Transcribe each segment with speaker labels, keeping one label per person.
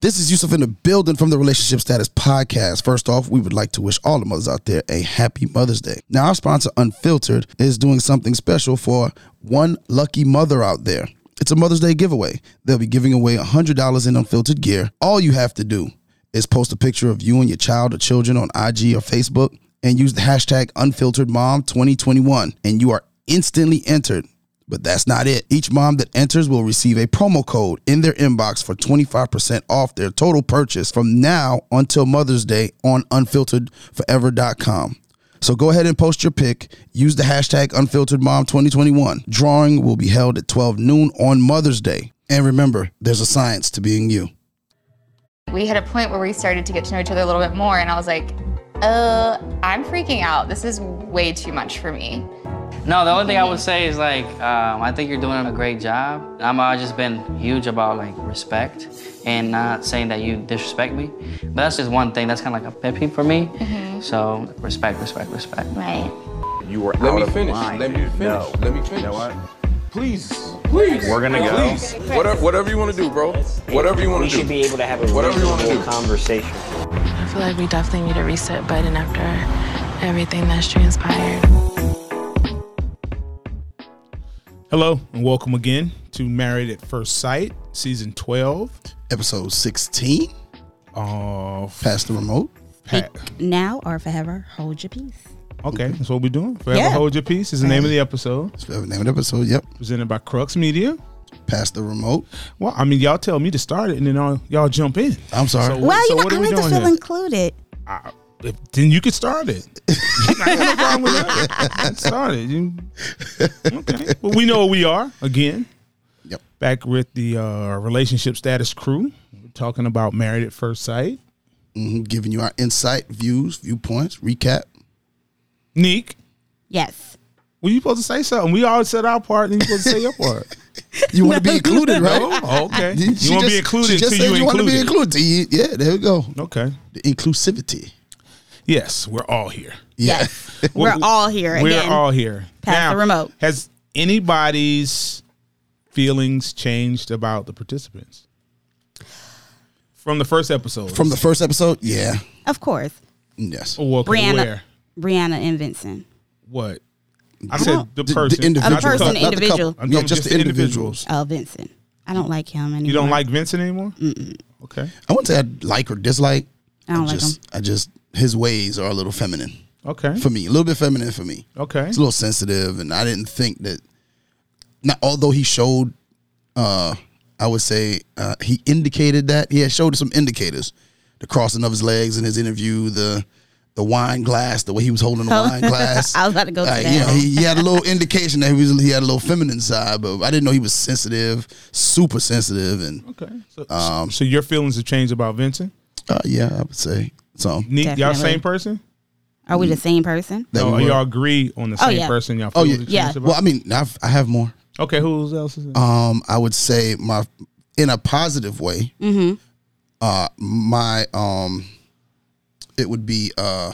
Speaker 1: This is Yusuf in the building from the Relationship Status Podcast. First off, we would like to wish all the mothers out there a happy Mother's Day. Now, our sponsor, Unfiltered, is doing something special for one lucky mother out there. It's a Mother's Day giveaway. They'll be giving away $100 in unfiltered gear. All you have to do is post a picture of you and your child or children on IG or Facebook and use the hashtag unfilteredmom2021, and you are instantly entered. But that's not it. Each mom that enters will receive a promo code in their inbox for 25% off their total purchase from now until Mother's Day on unfilteredforever.com. So go ahead and post your pick. Use the hashtag unfilteredmom2021. Drawing will be held at 12 noon on Mother's Day. And remember, there's a science to being you.
Speaker 2: we hit a point where we started to get to know each other a little bit more and i was like uh i'm freaking out this is way too much for me
Speaker 3: No, the only thing I would say is like, um, I think you're doing a great job. I'm uh, just been huge about like respect and not saying that you disrespect me. But that's just one thing. That's kind of like a pet peeve for me. So respect, respect, respect.
Speaker 2: right
Speaker 4: You were
Speaker 5: Let
Speaker 4: out
Speaker 5: me
Speaker 4: of
Speaker 5: finish.
Speaker 4: line,
Speaker 5: Let me
Speaker 4: dude.
Speaker 5: finish. No.
Speaker 4: Let me
Speaker 5: You
Speaker 4: finish.
Speaker 5: know what?
Speaker 4: Please, please.
Speaker 5: We're gonna go.
Speaker 4: Please, whatever, whatever you want to do, bro. Whatever you
Speaker 5: We
Speaker 4: want to
Speaker 5: should be
Speaker 4: do.
Speaker 5: able to have a
Speaker 4: Whatever you wanna
Speaker 5: reasonable
Speaker 4: do.
Speaker 5: conversation.
Speaker 6: I feel like we definitely need a reset button after everything that's transpired.
Speaker 7: Hello and welcome again to Married at First Sight, season twelve.
Speaker 1: Episode 16,
Speaker 7: Uh,
Speaker 1: pass the remote.
Speaker 7: Pat.
Speaker 8: now or forever hold your peace.
Speaker 7: Okay, that's what we're doing. Forever
Speaker 8: Yeah.
Speaker 7: hold your peace is the name of the episode.
Speaker 1: That's the name of the episode. Yep.
Speaker 7: Presented by Crux Media.
Speaker 1: Pass the remote.
Speaker 7: Well, I mean, y'all tell me to start it, and then all, y'all jump in.
Speaker 1: I'm sorry.
Speaker 7: So-
Speaker 8: Well, you know,
Speaker 7: what
Speaker 8: I
Speaker 7: are we
Speaker 8: like to
Speaker 7: doing
Speaker 8: feel
Speaker 7: here?
Speaker 8: included.
Speaker 7: I, if, then you could start it. I got no problem with that. Start it. You, okay. Well, we know where we are again.
Speaker 1: Yep.
Speaker 7: Back with the uh, relationship status crew. We're talking about married at first sight.
Speaker 1: Mhm. Giving you our insight, views, viewpoints, recap.
Speaker 7: Neek,
Speaker 8: Yes.
Speaker 7: were you supposed to say something? We all said our part, and you supposed to say your part.
Speaker 1: You want to be included, right?
Speaker 7: Oh, okay.
Speaker 1: She
Speaker 7: You, want to
Speaker 1: just-
Speaker 7: be
Speaker 1: she
Speaker 7: included
Speaker 1: just
Speaker 7: till
Speaker 1: said
Speaker 7: you,
Speaker 1: you want to
Speaker 7: included.
Speaker 1: be included. You- Yeah, there we go.
Speaker 7: Okay.
Speaker 1: The inclusivity.
Speaker 7: Yes, we're all here.
Speaker 1: Yeah.
Speaker 8: Yes. We're all here
Speaker 7: We're
Speaker 8: again.
Speaker 7: all here.
Speaker 8: Pass the remote.
Speaker 7: Has anybody's feelings changed about the participants from the first episode?
Speaker 1: From the first episode? Yeah.
Speaker 8: of course.
Speaker 1: Yes.
Speaker 7: oh, okay,
Speaker 8: Brianna.
Speaker 7: where
Speaker 8: Brianna and Vincent.
Speaker 7: what I said
Speaker 1: The-
Speaker 7: the
Speaker 1: the
Speaker 7: person,
Speaker 1: individual.
Speaker 7: not the
Speaker 8: person,
Speaker 7: couple.
Speaker 1: Not the
Speaker 8: individual.
Speaker 1: couple.
Speaker 7: I'm
Speaker 1: Yeah,
Speaker 7: talking
Speaker 1: just the individuals.
Speaker 8: Oh, Vincent. I don't like him anymore.
Speaker 7: You don't like Vincent anymore? Okay,
Speaker 1: I wouldn't say I like or dislike.
Speaker 8: I don't like
Speaker 1: just,
Speaker 8: him.
Speaker 1: I just his ways are a little feminine
Speaker 7: okay,
Speaker 1: for me. A little bit feminine for me.
Speaker 7: okay.
Speaker 1: It's a little sensitive, and I didn't think that. Not although he showed, uh, I would say uh, he indicated that he had showed some indicators, the crossing of his legs in his interview, the the wine glass, the way he was holding the wine glass.
Speaker 8: Oh. I was about to go to
Speaker 1: Like,
Speaker 8: that.
Speaker 1: you know, he, he had a little indication that he was he had a little feminine side, but I didn't know he was sensitive, super sensitive, and
Speaker 7: Okay. So, um, so your feelings have changed about Vincent?
Speaker 1: uh, yeah, I would say so.
Speaker 7: Neek, y'all
Speaker 8: Definitely.
Speaker 7: same person?
Speaker 8: Are we the same person?
Speaker 1: That
Speaker 7: No,
Speaker 1: we were-
Speaker 7: Oh, y'all agree on the
Speaker 8: Oh,
Speaker 7: same
Speaker 8: yeah.
Speaker 7: person? Y'all
Speaker 1: Oh, yeah.
Speaker 7: feelings have
Speaker 8: Yeah.
Speaker 7: changed about?
Speaker 1: Well, I mean, I've, I have more.
Speaker 7: okay, who else is it?
Speaker 1: Um, I would say my in a positive way. Uh, my um, it would be uh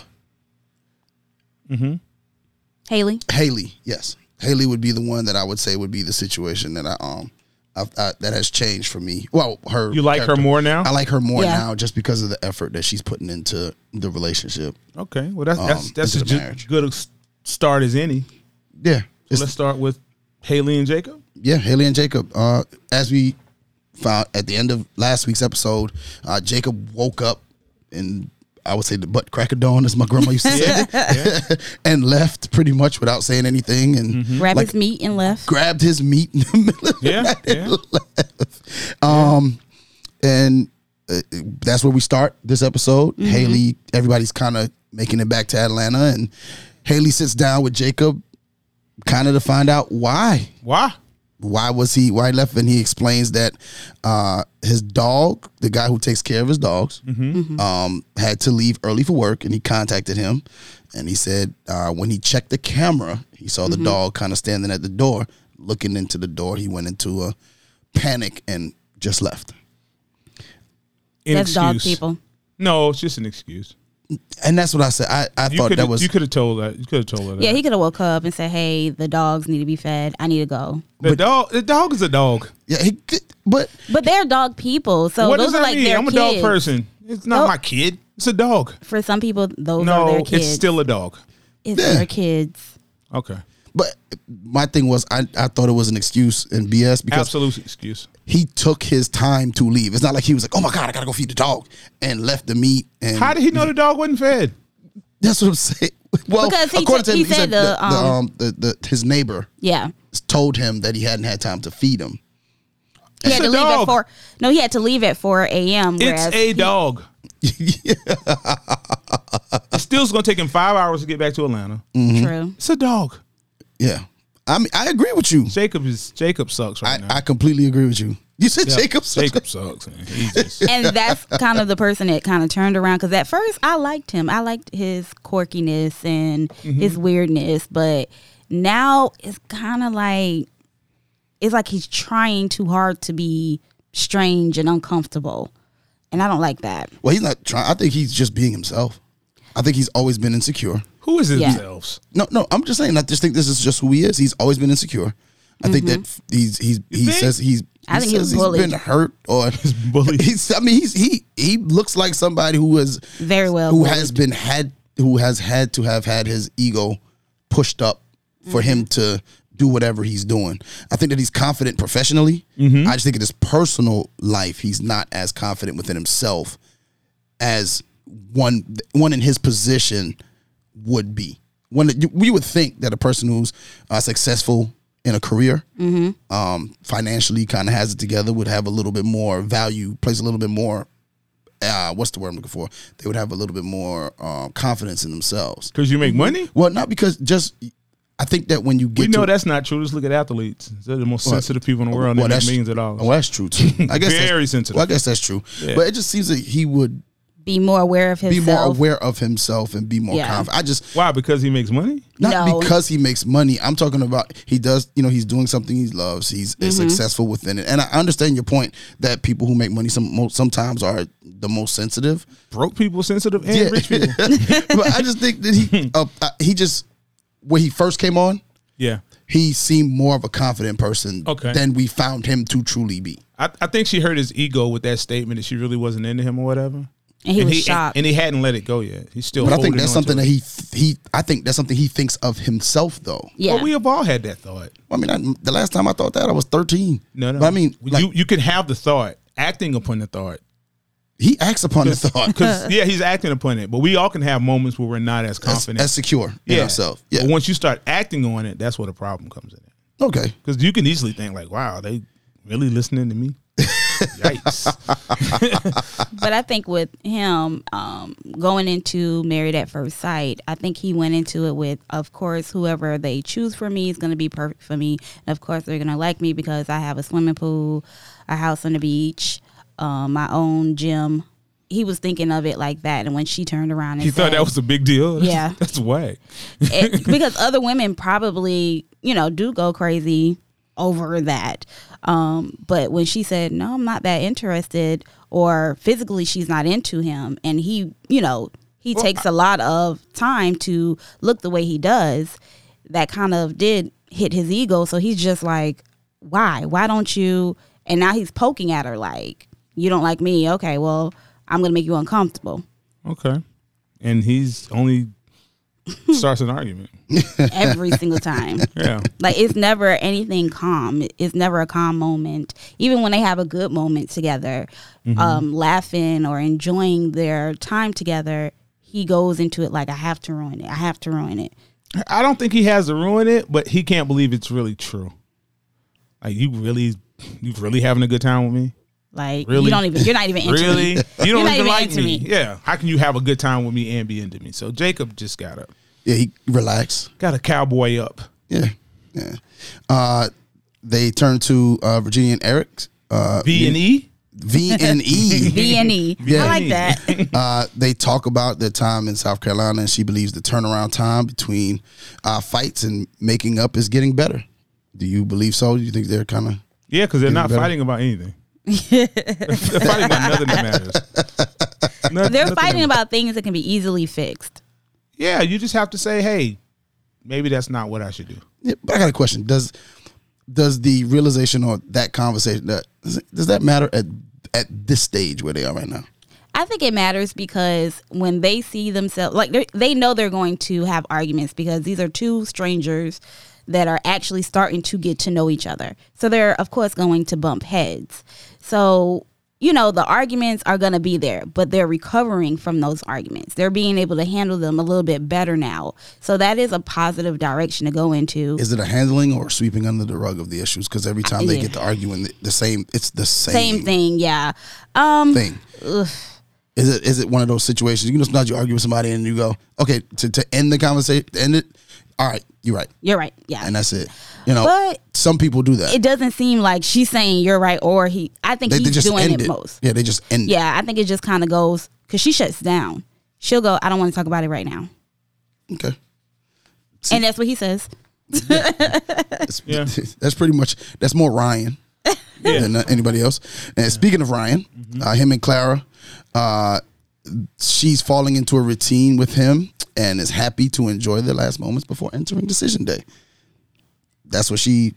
Speaker 8: Haley?
Speaker 1: Haley. Yes, Haley would be the one that I would say would be the situation that I um. I've, I, that has changed for me. Well, her.
Speaker 7: You like her more now?
Speaker 1: I like her more
Speaker 8: Yeah.
Speaker 1: now just because of the effort that she's putting into the relationship.
Speaker 7: Okay, well that's that's
Speaker 1: um,
Speaker 7: that's
Speaker 1: into
Speaker 7: as
Speaker 1: the
Speaker 7: ju-
Speaker 1: marriage.
Speaker 7: good a s- start as any.
Speaker 1: Yeah.
Speaker 7: So
Speaker 1: It's-
Speaker 7: let's start with Haley and Jacob.
Speaker 1: yeah, Haley and Jacob. Uh, as we found at the end of last week's episode, uh, Jacob woke up and I would say the butt crack of dawn, as my grandma used to say, and left pretty much without saying anything and
Speaker 7: Hmm?
Speaker 8: Grab
Speaker 1: Like-
Speaker 8: his meat and left.
Speaker 1: grabbed his meat in the middle of
Speaker 7: Mm-hmm. Yeah, yeah.
Speaker 1: Um, and uh, that's where we start this episode.
Speaker 7: Mm-hmm.
Speaker 1: Haley, everybody's kind of making it back to Atlanta, and Haley sits down with Jacob, kind of to find out why
Speaker 7: Why?
Speaker 1: why was he why he left and he explains that uh his dog the guy who takes care of his dogs
Speaker 7: Mm-hmm.
Speaker 1: um had to leave early for work and he contacted him and he said uh when he checked the camera he saw the dog kind of standing at the door looking into the door he went into a panic and just left
Speaker 7: An
Speaker 8: That's dog
Speaker 7: excuse.
Speaker 8: people.
Speaker 7: No, it's just an excuse.
Speaker 1: and that's what I said. I, I
Speaker 7: You
Speaker 1: thought that
Speaker 7: coulda-
Speaker 1: was
Speaker 7: you could have told that. You could have told her.
Speaker 8: Yeah,
Speaker 7: that.
Speaker 8: he could have woke up and said, "Hey, the dogs need to be fed. I need to go."
Speaker 7: The dog. The dog is a dog.
Speaker 1: yeah. He, but
Speaker 8: But they're dog people, so
Speaker 7: what
Speaker 8: those
Speaker 7: does
Speaker 8: are
Speaker 7: that
Speaker 8: like
Speaker 7: mean?
Speaker 8: their
Speaker 7: I'm a
Speaker 8: kids.
Speaker 7: dog person. It's not
Speaker 8: Oh.
Speaker 7: my kid. It's a dog.
Speaker 8: For some people, those are
Speaker 7: no,
Speaker 8: their kids.
Speaker 7: it's still a dog.
Speaker 8: it's their kids.
Speaker 7: Okay.
Speaker 1: but my thing was I, I thought it was an excuse and BS because
Speaker 7: Absolute excuse.
Speaker 1: he took his time to leave. It's not like he was like, oh my god, I gotta go feed the dog and left the meat. And
Speaker 7: How did he know the dog wasn't fed?
Speaker 1: That's what I'm saying. Well,
Speaker 8: Because he
Speaker 1: according to him,
Speaker 8: took- he
Speaker 1: he said,
Speaker 8: said
Speaker 1: the,
Speaker 8: the,
Speaker 1: the,
Speaker 8: um,
Speaker 1: um, the, the, his neighbor
Speaker 8: Yeah,
Speaker 1: told him that he hadn't had time to feed him.
Speaker 8: he had
Speaker 7: a
Speaker 8: to leave
Speaker 7: dog.
Speaker 8: at four. No, he had to leave at four a.m.
Speaker 7: It's
Speaker 8: Whereas
Speaker 7: a dog. it still's gonna take him five hours to get back to Atlanta.
Speaker 1: Mm.
Speaker 8: true.
Speaker 7: It's a dog.
Speaker 1: Yeah, I mean, I agree with you.
Speaker 7: Jacob is Jacob sucks
Speaker 1: I,
Speaker 7: right now.
Speaker 1: I completely agree with you. You said
Speaker 7: Yeah,
Speaker 1: Jacob.
Speaker 7: Jacob sucks. Man. He's just,
Speaker 8: And that's kind of the person that kind of turned around because at first I liked him. I liked his quirkiness and
Speaker 1: Mm-hmm.
Speaker 8: his weirdness, but now it's kind of like it's like he's trying too hard to be strange and uncomfortable, and I don't like that.
Speaker 1: Well, he's not trying. I think he's just being himself. I think he's always been insecure.
Speaker 7: who is
Speaker 8: Yeah.
Speaker 7: themselves?
Speaker 1: No, no, I'm just saying. I just think this is just who he is. He's always been insecure. I think that f- he's he's he
Speaker 7: think?
Speaker 1: says he's.
Speaker 8: Mm-hmm. I think he was
Speaker 1: says he's
Speaker 8: bullied.
Speaker 1: been hurt or
Speaker 7: bullied.
Speaker 1: He's, I mean, he's he he looks like somebody who is
Speaker 8: Very well
Speaker 1: who has been had who has had to have had his ego pushed up for him to do whatever he's doing. I think that he's confident professionally. I just think in his personal life, he's not as confident within himself as one one in his position would be. One that you, we would think that a person who's uh, successful in a career, um, financially kind of has it together, would have a little bit more value, plays a little bit more. Uh, what's the word I'm looking for? They would have a little bit more um, confidence in themselves.
Speaker 7: Because you
Speaker 8: Mm-hmm.
Speaker 7: make money.
Speaker 1: Well, not because just. I think that when you get
Speaker 7: We
Speaker 1: to,
Speaker 7: know that's not true. Just look at athletes. They're the most
Speaker 1: Well,
Speaker 7: sensitive people in the world. and that means it all.
Speaker 1: Well, that's true too. I guess that's-
Speaker 7: Very sensitive.
Speaker 1: Well, I guess that's true. But it just seems that he would
Speaker 8: Be more aware of
Speaker 1: be
Speaker 8: himself.
Speaker 1: more aware of himself and be more
Speaker 8: Yeah.
Speaker 1: confident. I just
Speaker 7: Why? Because he makes money.
Speaker 1: not
Speaker 8: No.
Speaker 1: because he makes money. I'm talking about he does, you know, he's doing something he loves. He's is
Speaker 8: Mm-hmm.
Speaker 1: successful within it. And I understand your point that people who make money some mo- sometimes are the most sensitive.
Speaker 7: Broke people sensitive and
Speaker 1: Yeah.
Speaker 7: rich people.
Speaker 1: but I just think that he uh, uh, he just when he first came on,
Speaker 7: Yeah.
Speaker 1: he seemed more of a confident person
Speaker 7: Okay.
Speaker 1: than we found him to truly be.
Speaker 7: I, I think she hurt his ego with that statement that she really wasn't into him or whatever.
Speaker 8: and he was shocked.
Speaker 7: And, he hadn't let it go yet. He's still.
Speaker 1: But I think
Speaker 7: holding
Speaker 1: that's
Speaker 7: on to
Speaker 1: something
Speaker 7: it.
Speaker 1: that he he I think that's something he thinks of himself though.
Speaker 8: yeah,
Speaker 7: Well, we have all had that thought.
Speaker 1: I mean, I, the last time I thought that I was 13.
Speaker 7: No, no.
Speaker 1: But I mean, like,
Speaker 7: you you can have the thought, acting upon the thought.
Speaker 1: he acts upon the thought.
Speaker 7: Because yeah, he's acting upon it, but we all can have moments where we're not as
Speaker 1: That's,
Speaker 7: confident.
Speaker 1: that's secure in ourselves. Yeah.
Speaker 7: But once you start acting on it, that's where the problem comes in.
Speaker 1: Okay.
Speaker 7: Because you can easily think like, "Wow, they really listening to me." Yikes!
Speaker 8: but I think with him um, going into Married at First Sight, I think he went into it with, of course, whoever they choose for me is going to be perfect for me. And of course, they're going to like me because I have a swimming pool, a house on the beach, um, my own gym. He was thinking of it like that. And when she turned around and
Speaker 7: He
Speaker 8: said,
Speaker 7: thought that was a big deal. That's-
Speaker 8: Yeah.
Speaker 7: that's whack.
Speaker 8: it, because other women probably you know do go crazy over that um but when she said no i'm not that interested or physically she's not into him and he you know he takes a lot of time to look the way he does that kind of did hit his ego so he's just like why why don't you and now he's poking at her like you don't like me okay well i'm gonna make you uncomfortable
Speaker 7: Okay, and he's only starts an argument.
Speaker 8: every single time
Speaker 7: Yeah,
Speaker 8: Like it's never anything calm. It's never a calm moment. Even when they have a good moment together,
Speaker 7: Mm-hmm.
Speaker 8: um, laughing or enjoying their time together, he goes into it like I have to ruin it. I have to ruin it.
Speaker 7: I don't think he has to ruin it, but he can't believe it's really true. Like you really, you really having a good time with me?
Speaker 8: Like
Speaker 7: Really?
Speaker 8: you don't even. You're not even into me.
Speaker 7: Really? You don't
Speaker 8: You're not
Speaker 7: even
Speaker 8: even
Speaker 7: like
Speaker 8: into
Speaker 7: me.
Speaker 8: me.
Speaker 7: Yeah. How can you have a good time with me and be into me? So Jacob just got up.
Speaker 1: Yeah, he relax.
Speaker 7: Got a cowboy up.
Speaker 1: Yeah. Yeah. Uh, they turn to uh, Virginia and Eric. Uh,
Speaker 7: B and E?
Speaker 1: V and E.
Speaker 8: B and E. I
Speaker 1: Yeah.
Speaker 8: like that.
Speaker 1: Uh, they talk about their time in South Carolina, and she believes the turnaround time between uh, fights and making up is getting better. Do you believe so? Do you think they're kind of
Speaker 7: Yeah, because they're not
Speaker 1: better.
Speaker 7: fighting about anything. they're fighting about nothing that matters. Nothing-
Speaker 8: They're
Speaker 7: nothing
Speaker 8: fighting
Speaker 7: in-
Speaker 8: about things that can be easily fixed.
Speaker 7: Yeah, you just have to say, hey, maybe that's not what I should do.
Speaker 1: Yeah, but I got a question. Does does the realization or that conversation that does, it- does that matter at at this stage where they are right now?
Speaker 8: I think it matters because when they see themselves, like they- they know they're going to have arguments because these are two strangers that are actually starting to get to know each other. So they're, of course, going to bump heads. So, you know, the arguments are going to be there, but they're recovering from those arguments. They're being able to handle them a little bit better now. So that is a positive direction to go into.
Speaker 1: Is it a handling or sweeping under the rug of the issues? Because every time they
Speaker 8: Yeah.
Speaker 1: get to arguing, the same it's the same,
Speaker 8: Same thing, yeah. Um,
Speaker 1: thing. Is it is it one of those situations? You know, sometimes you argue with somebody and you go, okay, to, to end the conversation, end it. All right, you're right,
Speaker 8: You're right, yeah.
Speaker 1: and that's it. You know,
Speaker 8: But-
Speaker 1: some people do that.
Speaker 8: it doesn't seem like she's saying you're right or he. I think
Speaker 1: they, they
Speaker 8: he's
Speaker 1: just
Speaker 8: doing
Speaker 1: end
Speaker 8: it,
Speaker 1: it.
Speaker 8: most.
Speaker 1: Yeah, they just end. it.
Speaker 8: Yeah, I think it just kind of goes because she shuts down. She'll go, I don't want to talk about it right now,
Speaker 1: Okay.
Speaker 8: and that's what he says.
Speaker 1: That's,
Speaker 7: Yeah.
Speaker 1: that's pretty much that's more Ryan than uh, anybody else. And speaking of Ryan,
Speaker 7: Mm-hmm.
Speaker 1: uh, him and Clara, uh, she's falling into a routine with him and is happy to enjoy their last moments before entering decision day. That's what she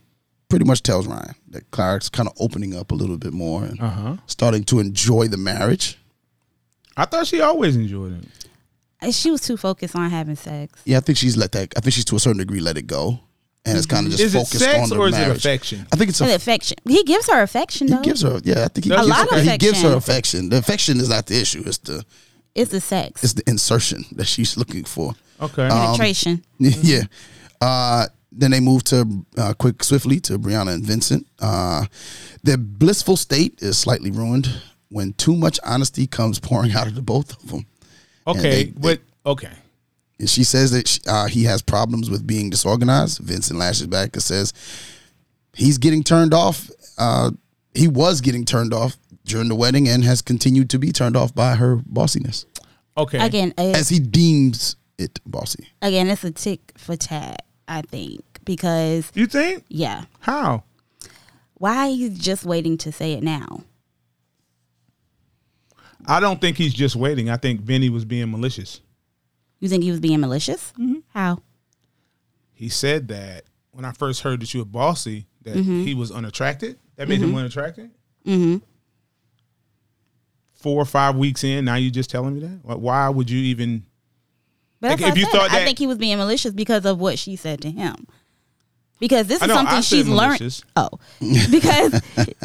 Speaker 1: pretty much tells Ryan that Clara's kind of opening up a little bit more and
Speaker 7: Uh-huh.
Speaker 1: starting to enjoy the marriage.
Speaker 7: I thought she always enjoyed it.
Speaker 8: And she was too focused on having sex.
Speaker 1: Yeah, I think she's let that. I think she's to a certain degree let it go, and it's kind of just
Speaker 7: Mm-hmm. Is it
Speaker 1: focused on
Speaker 7: sex
Speaker 1: the
Speaker 7: or is it
Speaker 1: marriage.
Speaker 7: affection?
Speaker 1: I think it's a
Speaker 8: And affection. He gives her affection
Speaker 1: He
Speaker 8: though.
Speaker 1: gives her, yeah. I think he,
Speaker 7: A
Speaker 1: gives,
Speaker 7: lot
Speaker 1: her,
Speaker 8: of
Speaker 1: he gives her
Speaker 8: affection.
Speaker 1: affection. The affection is not the issue. It's the
Speaker 8: it's the sex
Speaker 1: it's um, the insertion that she's looking for.
Speaker 7: Okay.
Speaker 1: Oh,
Speaker 8: penetration.
Speaker 1: yeah. Uh, then they move to uh, quick, swiftly to Brianna and Vincent. Uh, their blissful state is slightly ruined when too much honesty comes pouring out of the both of them.
Speaker 7: okay,
Speaker 1: they-
Speaker 7: but okay.
Speaker 1: And she says that she, uh, he has problems with being disorganized. Vincent lashes back and says he's getting turned off. Uh, he was getting turned off during the wedding and has continued to be turned off by her bossiness,
Speaker 7: Okay.
Speaker 8: Again, a,
Speaker 1: as he deems it bossy.
Speaker 8: again, it's a tick for tat. I think because
Speaker 7: You think?
Speaker 8: yeah,
Speaker 7: How?
Speaker 8: why he's just waiting to say it now.
Speaker 7: I don't think he's just waiting. I think Benny was being malicious.
Speaker 8: You think he was being malicious? How?
Speaker 7: He said that when I first heard that you were bossy, that he was unattracted. That made him unattracted. Mm-hmm. Four or five weeks in, now you just telling me that? Why- Why would you even?
Speaker 8: But that's
Speaker 7: Like, if
Speaker 8: what I
Speaker 7: you
Speaker 8: said.
Speaker 7: thought that-
Speaker 8: I think he was being malicious because of what she said to him. Because this
Speaker 7: I
Speaker 8: is
Speaker 7: know, I
Speaker 8: something
Speaker 7: said
Speaker 8: she's learning.
Speaker 7: malicious.
Speaker 8: Oh, because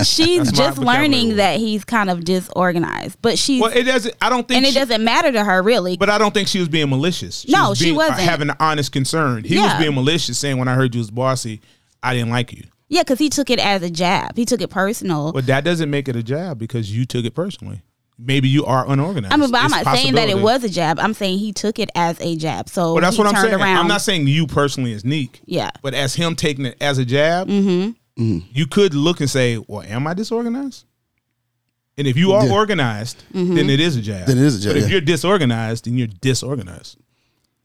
Speaker 8: she's
Speaker 7: That's my
Speaker 8: just
Speaker 7: vocabulary
Speaker 8: learning
Speaker 7: word.
Speaker 8: that he's kind of disorganized. But she's
Speaker 7: Well, it doesn't. I don't think.
Speaker 8: and it
Speaker 7: she-
Speaker 8: doesn't matter to her really.
Speaker 7: But I don't think she was being malicious.
Speaker 8: No,
Speaker 7: was
Speaker 8: she
Speaker 7: being- uh,
Speaker 8: wasn't.
Speaker 7: having an honest concern. He was
Speaker 8: Yeah.
Speaker 7: being malicious, saying when I heard you was bossy, I didn't like you.
Speaker 8: yeah, because he took it as a jab. He took it personal.
Speaker 7: But that doesn't make it a job because you took it personally. Maybe you are unorganized.
Speaker 8: I mean, but I'm
Speaker 7: It's
Speaker 8: not saying that it
Speaker 7: possibility.
Speaker 8: was a jab. I'm saying he took it as a jab. So
Speaker 7: But that's
Speaker 8: he
Speaker 7: what I'm
Speaker 8: turned
Speaker 7: saying.
Speaker 8: Around.
Speaker 7: I'm not saying you personally is Neek.
Speaker 8: Yeah. Mm-hmm.
Speaker 7: But as him taking it as a jab,
Speaker 1: Mm-hmm.
Speaker 7: you could look and say, "Well, am I disorganized?" And if you are
Speaker 1: Yeah.
Speaker 7: organized,
Speaker 8: Mm-hmm.
Speaker 7: then it is a jab.
Speaker 1: Then it is a jab,
Speaker 7: But
Speaker 1: yeah.
Speaker 7: if you're disorganized, then you're disorganized.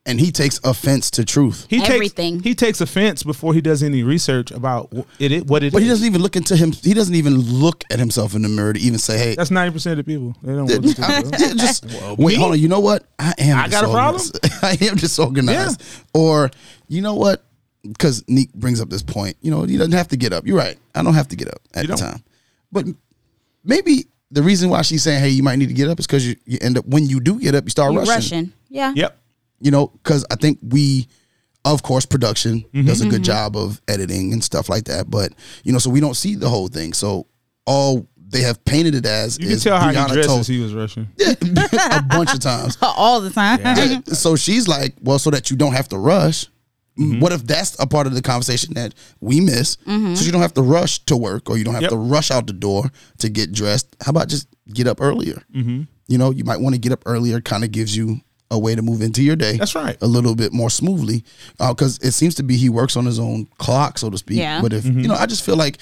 Speaker 1: And he takes offense to truth.
Speaker 7: He
Speaker 8: Everything.
Speaker 7: Takes, he takes offense before he does any research about wh- it. it what it
Speaker 1: But he
Speaker 7: is.
Speaker 1: doesn't even look into him. He doesn't even look at himself in the mirror to even say, "Hey,
Speaker 7: That's ninety percent of the people. They don't. look at it.
Speaker 1: Yeah, just wait. Hold on. You know what? I am.
Speaker 7: I got a problem?
Speaker 1: disorganized. I am disorganized. Or you know what? Because Neek brings up this point. You know, he doesn't have to get up. You're right. I don't have to get up at
Speaker 7: You
Speaker 1: the
Speaker 7: don't.
Speaker 1: time. But maybe the reason why she's saying, "Hey, you might need to get up," is because you, you end up when you do get up, you start
Speaker 8: You're
Speaker 1: rushing.
Speaker 8: Russian. Yeah.
Speaker 7: Yep.
Speaker 1: You know, because I think we. Of course, production
Speaker 7: Mm-hmm.
Speaker 1: does a good job of editing and stuff like that, but you know, so we don't see the whole thing. So all they have painted it as
Speaker 7: You can
Speaker 1: is
Speaker 7: tell how
Speaker 1: Brianna
Speaker 7: he dresses.
Speaker 1: told-
Speaker 7: He was Russian.
Speaker 1: a bunch of times.
Speaker 8: All the time.
Speaker 1: so she's like, well, so that you don't have to rush.
Speaker 7: Mm-hmm.
Speaker 1: What if that's a part of the conversation that we miss? So you don't have to rush to work or you don't have
Speaker 7: Yep.
Speaker 1: to rush out the door to get dressed. How about just get up earlier?
Speaker 7: Mm-hmm.
Speaker 1: You know, you might want to get up earlier, kind of gives you a way to move into your day.
Speaker 7: That's right.
Speaker 1: A little bit more smoothly. Because it seems to be he works on his own clock, so to speak.
Speaker 8: Yeah.
Speaker 1: But if,
Speaker 7: Mm-hmm.
Speaker 1: you know, I just feel like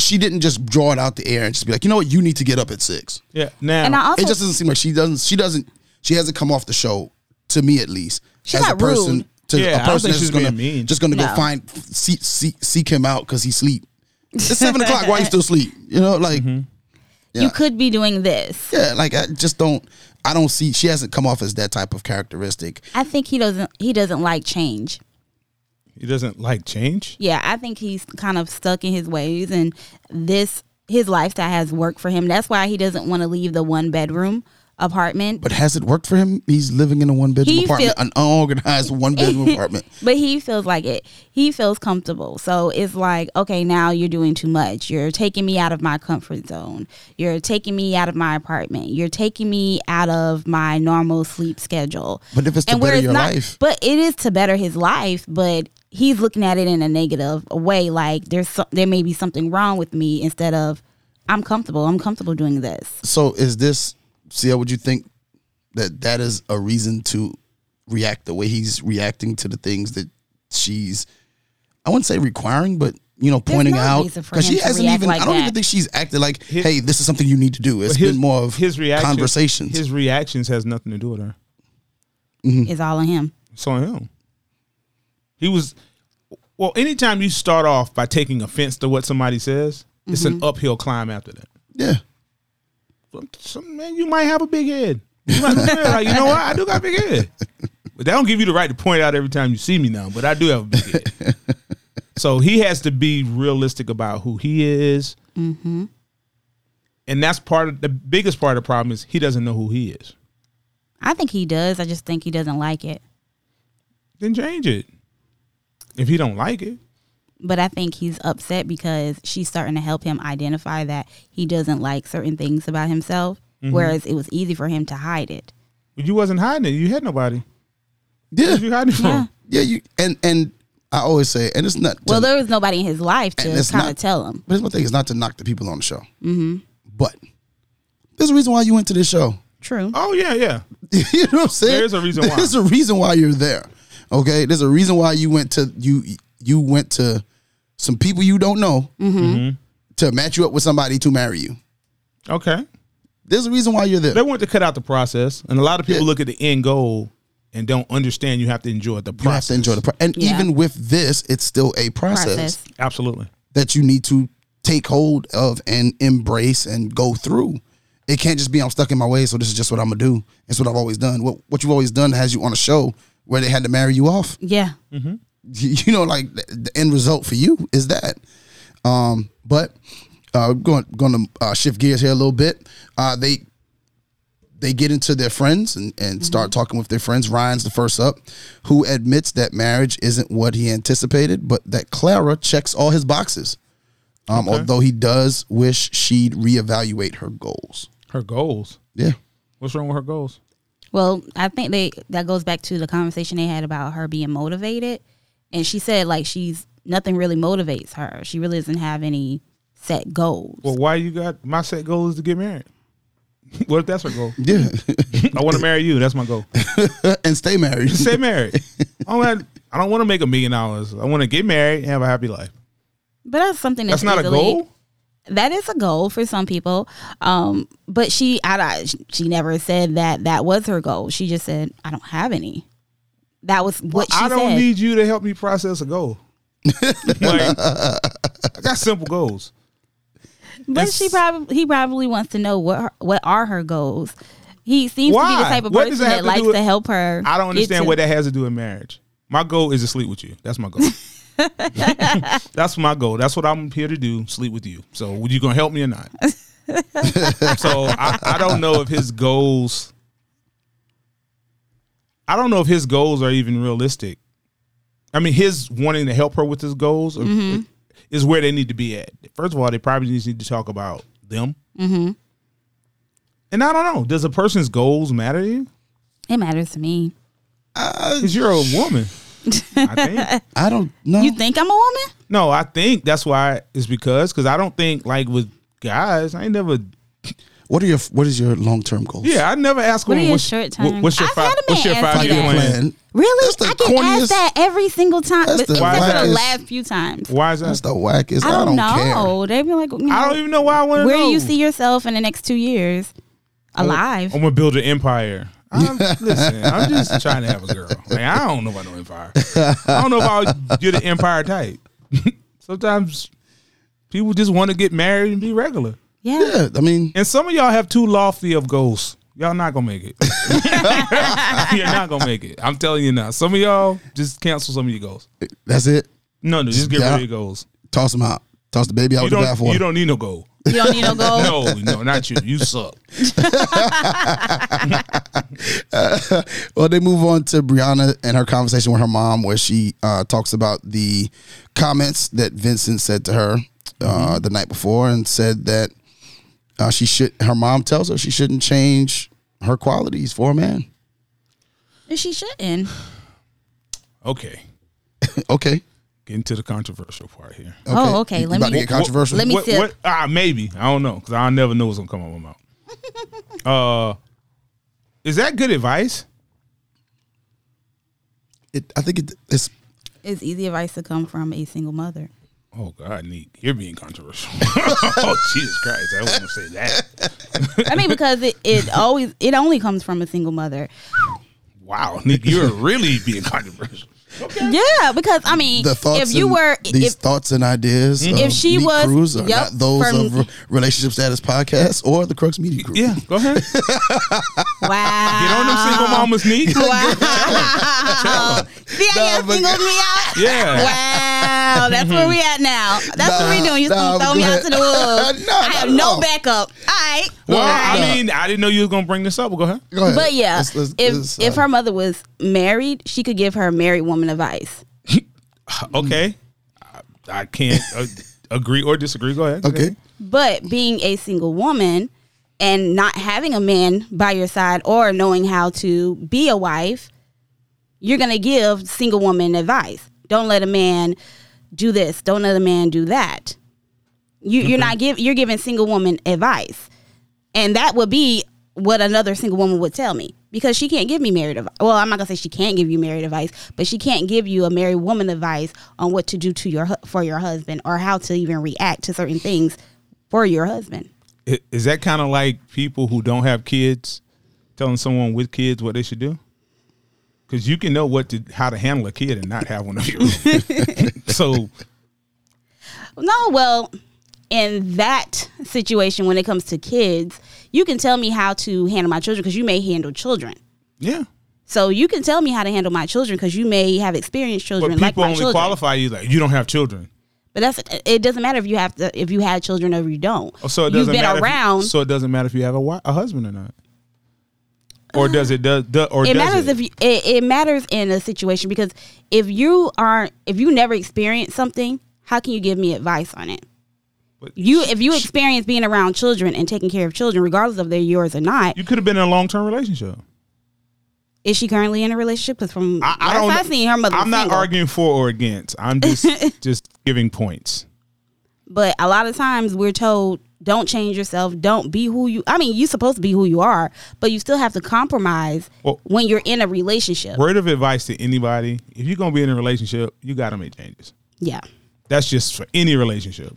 Speaker 1: she didn't just draw it out the air and just be like, you know what, you need to get up at six
Speaker 7: Yeah. Now,
Speaker 8: And I also
Speaker 1: it just doesn't seem like she doesn't she doesn't she hasn't come off the show to me at least
Speaker 8: She's
Speaker 1: as a
Speaker 8: not
Speaker 1: person
Speaker 8: rude.
Speaker 1: to
Speaker 7: Yeah, I
Speaker 1: a
Speaker 7: don't
Speaker 1: person
Speaker 7: think
Speaker 1: that's
Speaker 7: she's
Speaker 1: just gonna
Speaker 7: being mean.
Speaker 1: just gonna go
Speaker 8: No.
Speaker 1: find seek, seek seek him out because he sleep. It's seven o'clock.
Speaker 7: Mm-hmm.
Speaker 1: Why you still sleep? You know, like
Speaker 8: you could be doing this.
Speaker 1: yeah, like I just don't. I don't see she hasn't come off as that type of characteristic.
Speaker 8: I think he doesn't he doesn't like change.
Speaker 7: He doesn't like change.
Speaker 8: Yeah, I think he's kind of stuck in his ways and this his lifestyle has worked for him. That's why he doesn't want to leave the one bedroom apartment.
Speaker 1: But has it worked for him? He's living in a one bedroom
Speaker 8: He
Speaker 1: apartment,
Speaker 8: feel-
Speaker 1: an unorganized one bedroom apartment.
Speaker 8: But he feels like it. He feels comfortable. So it's like, okay, now you're doing too much. You're taking me out of my comfort zone. You're taking me out of my apartment. You're taking me out of my normal sleep schedule.
Speaker 1: But if it's to
Speaker 8: where
Speaker 1: better
Speaker 8: it's
Speaker 1: your
Speaker 8: not-
Speaker 1: life.
Speaker 8: But it is to better his life, but he's looking at it in a negative way like there's so, there may be something wrong with me instead of I'm comfortable. I'm comfortable doing this.
Speaker 1: So is this CL? Would you think that that is a reason to react the way he's reacting to the things that she's? I wouldn't say requiring, but you know, pointing
Speaker 8: no
Speaker 1: out
Speaker 8: reason for him
Speaker 1: she
Speaker 8: to
Speaker 1: hasn't
Speaker 8: react
Speaker 1: even.
Speaker 8: like
Speaker 1: I don't
Speaker 8: that.
Speaker 1: even think she's acted like, "Hey, this is something you need to do." It's been more of conversations.
Speaker 7: His reactions has nothing to do with her.
Speaker 1: Mm-hmm.
Speaker 8: It's all on him.
Speaker 7: It's on him. He was well. Anytime you start off by taking offense to what somebody says, it's
Speaker 8: Mm-hmm.
Speaker 7: an uphill climb after that.
Speaker 1: yeah,
Speaker 7: Some- Some man, you might have a big head. You might be like, you know what? I do got a big head. But that don't give you the right to point out every time you see me now. But I do have a big head. so he has to be realistic about who he is. Mm-hmm. And that's part of the biggest part of the problem is he doesn't know who he is.
Speaker 8: I think he does. I just think he doesn't like it.
Speaker 7: Then change it. If he don't like it,
Speaker 8: but I think he's upset because she's starting to help him identify that he doesn't like certain things about himself, whereas it was easy for him to hide it.
Speaker 7: But you wasn't hiding it. You had nobody.
Speaker 1: yeah,
Speaker 7: What you hiding it from?
Speaker 8: Yeah.
Speaker 1: yeah. You and and I always say, and it's not. to-
Speaker 8: Well, there was nobody in his life to
Speaker 1: And it's
Speaker 8: kind
Speaker 1: not-
Speaker 8: of tell him.
Speaker 1: but it's my thing. It's not to knock the people on the show, mm-hmm. but there's a reason why you went to this show.
Speaker 8: True.
Speaker 7: Oh yeah, yeah.
Speaker 1: you know what I'm saying?
Speaker 7: There is a reason why.
Speaker 1: There's a reason why you're there. Okay. There's a reason why you went to you you went to some people you don't know
Speaker 7: Mm-hmm.
Speaker 1: to match you up with somebody to marry you.
Speaker 7: Okay.
Speaker 1: There's a reason why you're
Speaker 7: They
Speaker 1: there.
Speaker 7: want to cut out the process, and a lot of people
Speaker 1: Yeah.
Speaker 7: look at the end goal and don't understand you have to enjoy the
Speaker 1: You have
Speaker 7: process.
Speaker 1: to enjoy the pro- and
Speaker 8: Yeah.
Speaker 1: even with this, it's still a process,
Speaker 8: Process.
Speaker 7: Absolutely.
Speaker 1: that you need to take hold of and embrace and go through. It can't just be I'm stuck in my way, so this is just what I'm gonna do. It's what I've always done. What what you've always done has you on a show where they had to marry you off.
Speaker 8: Yeah.
Speaker 1: you you know, like th- the end result for you is that. Um, but uh, going going to uh, shift gears here a little bit. Uh, they they get into their friends and, and start
Speaker 7: Mm-hmm.
Speaker 1: talking with their friends. Ryan's the first up, who admits that marriage isn't what he anticipated, but that Clara checks all his boxes. Um, Although he does wish she'd reevaluate her goals.
Speaker 7: Her goals.
Speaker 1: Yeah,
Speaker 7: What's wrong with her goals?
Speaker 8: Well, I think they that goes back to the conversation they had about her being motivated, and she said like she's nothing really motivates her. She really doesn't have any set goals.
Speaker 7: Well, why you got my set goal is to get married. what if that's her goal?
Speaker 1: yeah,
Speaker 7: I want to marry you. That's my goal.
Speaker 1: and stay married.
Speaker 7: Stay married. I don't, wanna- I don't want to make a million dollars. I want to get married and have a happy life.
Speaker 8: but that's something
Speaker 7: That's
Speaker 8: that's,
Speaker 7: not a
Speaker 8: easily-
Speaker 7: goal.
Speaker 8: that is a goal for some people um but she I, I she never said that that was her goal she just said i don't have any that was what she
Speaker 7: I don't
Speaker 8: said
Speaker 7: need you to help me process a goal. like, I got simple goals.
Speaker 8: but she probably he probably wants to know what her, what are her goals he seems to be
Speaker 7: Why?
Speaker 8: the type of
Speaker 7: What does
Speaker 8: person
Speaker 7: it have
Speaker 8: that
Speaker 7: to
Speaker 8: likes
Speaker 7: do with-
Speaker 8: to help her
Speaker 7: I don't
Speaker 8: get
Speaker 7: understand
Speaker 8: to-
Speaker 7: what that has to do with marriage. My goal is to sleep with you. That's my goal. That's my goal. That's what I'm here to do. Sleep with you. So, would you gonna help me or not? so, I, I don't know if his goals. I don't know if his goals are even realistic. I mean, his wanting to help her with his goals are-
Speaker 8: Mm-hmm.
Speaker 7: is where they need to be at. First of all, they probably just need to talk about them. Mm-hmm. And I don't know. Does a person's goals matter to you?
Speaker 8: it matters to me
Speaker 7: Because you're a woman. I think.
Speaker 1: I don't know.
Speaker 8: you think i'm a woman
Speaker 7: No, I think that's why it's because because I don't think like with guys, I ain't never.
Speaker 1: what are your what is your long term goals?
Speaker 7: Yeah, I never ask
Speaker 8: What
Speaker 7: them
Speaker 8: are your
Speaker 7: what's,
Speaker 8: short-term-
Speaker 7: what- what's your
Speaker 8: I've
Speaker 7: five,
Speaker 8: had a
Speaker 7: what's your
Speaker 8: man ask
Speaker 7: five
Speaker 8: me
Speaker 1: Five-year
Speaker 7: year
Speaker 8: that.
Speaker 7: plan.
Speaker 1: plan.
Speaker 8: really
Speaker 1: That's the
Speaker 8: i get
Speaker 1: corniest-
Speaker 8: asked that every single time
Speaker 1: That's
Speaker 8: but-
Speaker 1: the
Speaker 8: except for the
Speaker 7: wackest-
Speaker 8: last few times
Speaker 7: Why is that?
Speaker 1: That's the wackest.
Speaker 8: I don't,
Speaker 1: care.
Speaker 8: know. They be like, you
Speaker 7: I don't
Speaker 8: know,
Speaker 7: even know why I want to
Speaker 8: Where
Speaker 7: know. Oh,
Speaker 8: do you see yourself in the next two years? Alive.
Speaker 7: I'm gonna build an empire. I'm, listen, I'm just trying to have a girl. Like I don't know about no empire. I don't know about you're the empire type. Sometimes people just want to get married and be regular.
Speaker 8: yeah.
Speaker 1: Yeah, I mean,
Speaker 7: And some of y'all have too lofty of goals. Y'all not gonna make it. You're not gonna make it. I'm telling you now. Some of y'all just cancel some of your goals.
Speaker 1: That's it.
Speaker 7: No, no, just get
Speaker 1: Yeah.
Speaker 7: rid of your goals.
Speaker 1: Toss them out. Toss the baby out
Speaker 7: You
Speaker 1: with the
Speaker 7: don't. You
Speaker 1: bathwater.
Speaker 7: don't need no goal.
Speaker 8: You don't need no goal.
Speaker 7: No, no, not you. You suck.
Speaker 1: Well, they move on to Brianna and her conversation with her mom, where she uh, talks about the comments that Vincent said to her
Speaker 8: Mm-hmm.
Speaker 1: uh, the night before, and said that uh, she should. Her mom tells her she shouldn't change her qualities for a man.
Speaker 8: And she shouldn't.
Speaker 7: Okay,
Speaker 1: okay.
Speaker 7: getting to the controversial part here.
Speaker 8: Oh, okay,
Speaker 1: You
Speaker 8: let
Speaker 1: about
Speaker 8: me-
Speaker 1: to get controversial.
Speaker 8: Let me
Speaker 7: what,
Speaker 8: sip.
Speaker 7: What, ah, maybe I don't know because I'll never know what's gonna come out of my mouth. uh, is that good advice?
Speaker 1: It, I think it, it's
Speaker 8: It's easy advice to come from a single mother.
Speaker 7: Oh God, Nick, you're being controversial. oh Jesus Christ, I wouldn't say that.
Speaker 8: I mean, because it, it always it only comes from a single mother.
Speaker 7: Wow, Nick, you're really being controversial.
Speaker 8: Yeah, because I mean,
Speaker 1: the thoughts.
Speaker 8: if you
Speaker 1: and-
Speaker 8: were
Speaker 1: these
Speaker 8: if
Speaker 1: thoughts and ideas,
Speaker 7: Mm-hmm.
Speaker 8: If
Speaker 1: of
Speaker 8: she
Speaker 1: Meet
Speaker 8: was-
Speaker 1: Cruz are
Speaker 8: yep,
Speaker 1: not those
Speaker 8: from-
Speaker 1: of Re- relationship status podcast or the Crux Media Group.
Speaker 7: Yeah, go ahead. Get
Speaker 8: wow,
Speaker 7: on them single mamas, Nick.
Speaker 8: Wow. See how
Speaker 1: Nah,
Speaker 8: y'all
Speaker 1: but-
Speaker 8: singled me out?
Speaker 7: Yeah.
Speaker 8: Wow. That's where we at now. That's what we doing. You
Speaker 1: Nah,
Speaker 8: gonna
Speaker 1: nah,
Speaker 8: throw me out to the wolves.
Speaker 1: Nah,
Speaker 8: I
Speaker 1: not
Speaker 8: have
Speaker 1: at
Speaker 8: no
Speaker 1: all.
Speaker 8: backup. All right.
Speaker 7: Well,
Speaker 8: All right.
Speaker 7: I mean, I didn't know you was gonna bring this up. Well, go ahead.
Speaker 1: Go ahead.
Speaker 8: But yeah,
Speaker 1: Let's- let's-
Speaker 8: if
Speaker 1: let's,
Speaker 8: if
Speaker 1: uh,
Speaker 8: her mother was married, she could give her married woman advice.
Speaker 7: Okay, I, I can't uh, agree or disagree. Go ahead.
Speaker 1: okay,
Speaker 8: But being a single woman and not having a man by your side or knowing how to be a wife, you're gonna give single woman advice. Don't let a man do this. Don't let a man do that. You, You're not give. You're giving single woman advice, and that would be what another single woman would tell me because she can't give me married advice. Well, I'm not gonna say she can't give you married advice, but she can't give you a married woman advice on what to do to your hu- for your husband or how to even react to certain things for your husband.
Speaker 7: I- Is that kind of like people who don't have kids telling someone with kids what they should do? Because you can know what to how to handle a kid and not have one of your own. so
Speaker 8: No, well, in that situation, when it comes to kids, you can tell me how to handle my children because you may handle children.
Speaker 7: yeah,
Speaker 8: So you can tell me how to handle my children because you may have experienced
Speaker 7: but
Speaker 8: children
Speaker 7: people
Speaker 8: like my
Speaker 7: only
Speaker 8: children.
Speaker 7: qualify you like you don't have children.
Speaker 8: But that's it. Doesn't matter if you have to if you had children or you don't.
Speaker 7: Oh, So it
Speaker 8: you've
Speaker 7: doesn't
Speaker 8: been
Speaker 7: matter. if you-
Speaker 8: around.
Speaker 7: so it doesn't matter if you have a wi- a husband or not. Or does it does, does or
Speaker 8: it
Speaker 7: does
Speaker 8: matters
Speaker 7: it?
Speaker 8: if you, it, it matters in a situation because if you aren't if you never experienced something, how can you give me advice on it?
Speaker 7: But
Speaker 8: You if you experience being around children and taking care of children, regardless of they're yours or not,
Speaker 7: you could have been in a long term relationship.
Speaker 8: Is she currently in a relationship? Because from
Speaker 7: I, I
Speaker 8: last
Speaker 7: don't.
Speaker 8: I seen her mother.
Speaker 7: I'm
Speaker 8: was
Speaker 7: not
Speaker 8: single.
Speaker 7: arguing for or against. I'm just just giving points.
Speaker 8: but a lot of times we're told don't change yourself, don't be who you. I mean, you're supposed to be who you are, but you still have to compromise
Speaker 7: Well-
Speaker 8: when you're in a relationship.
Speaker 7: Word of advice to anybody: If you're gonna be in a relationship, you gotta make changes.
Speaker 8: Yeah,
Speaker 7: That's just for any relationship.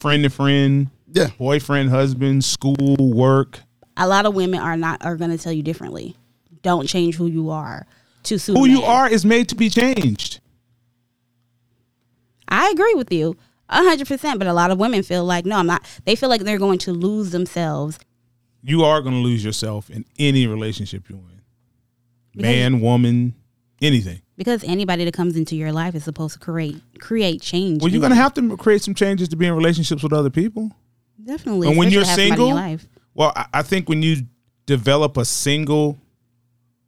Speaker 7: Friend to friend,
Speaker 1: yeah.
Speaker 7: boyfriend, husband, school, work.
Speaker 8: a lot of women are not are going to tell you differently. Don't change who you are too soon.
Speaker 7: Who you are is made to be changed.
Speaker 8: I agree with you. a 100%, but a lot of women feel like, no, I'm not. They feel like they're going to lose themselves.
Speaker 7: You are gonna lose yourself in any relationship you're in. Man, woman, anything.
Speaker 8: Because anybody that comes into your life is supposed to create create change.
Speaker 7: Well,
Speaker 8: in
Speaker 7: you're
Speaker 8: you.
Speaker 7: gonna have to create some changes to be in relationships with other people.
Speaker 8: Definitely.
Speaker 7: and when
Speaker 8: especially
Speaker 7: you're
Speaker 8: to have somebody in
Speaker 7: single,
Speaker 8: your life.
Speaker 7: well, I, I think when you develop a single,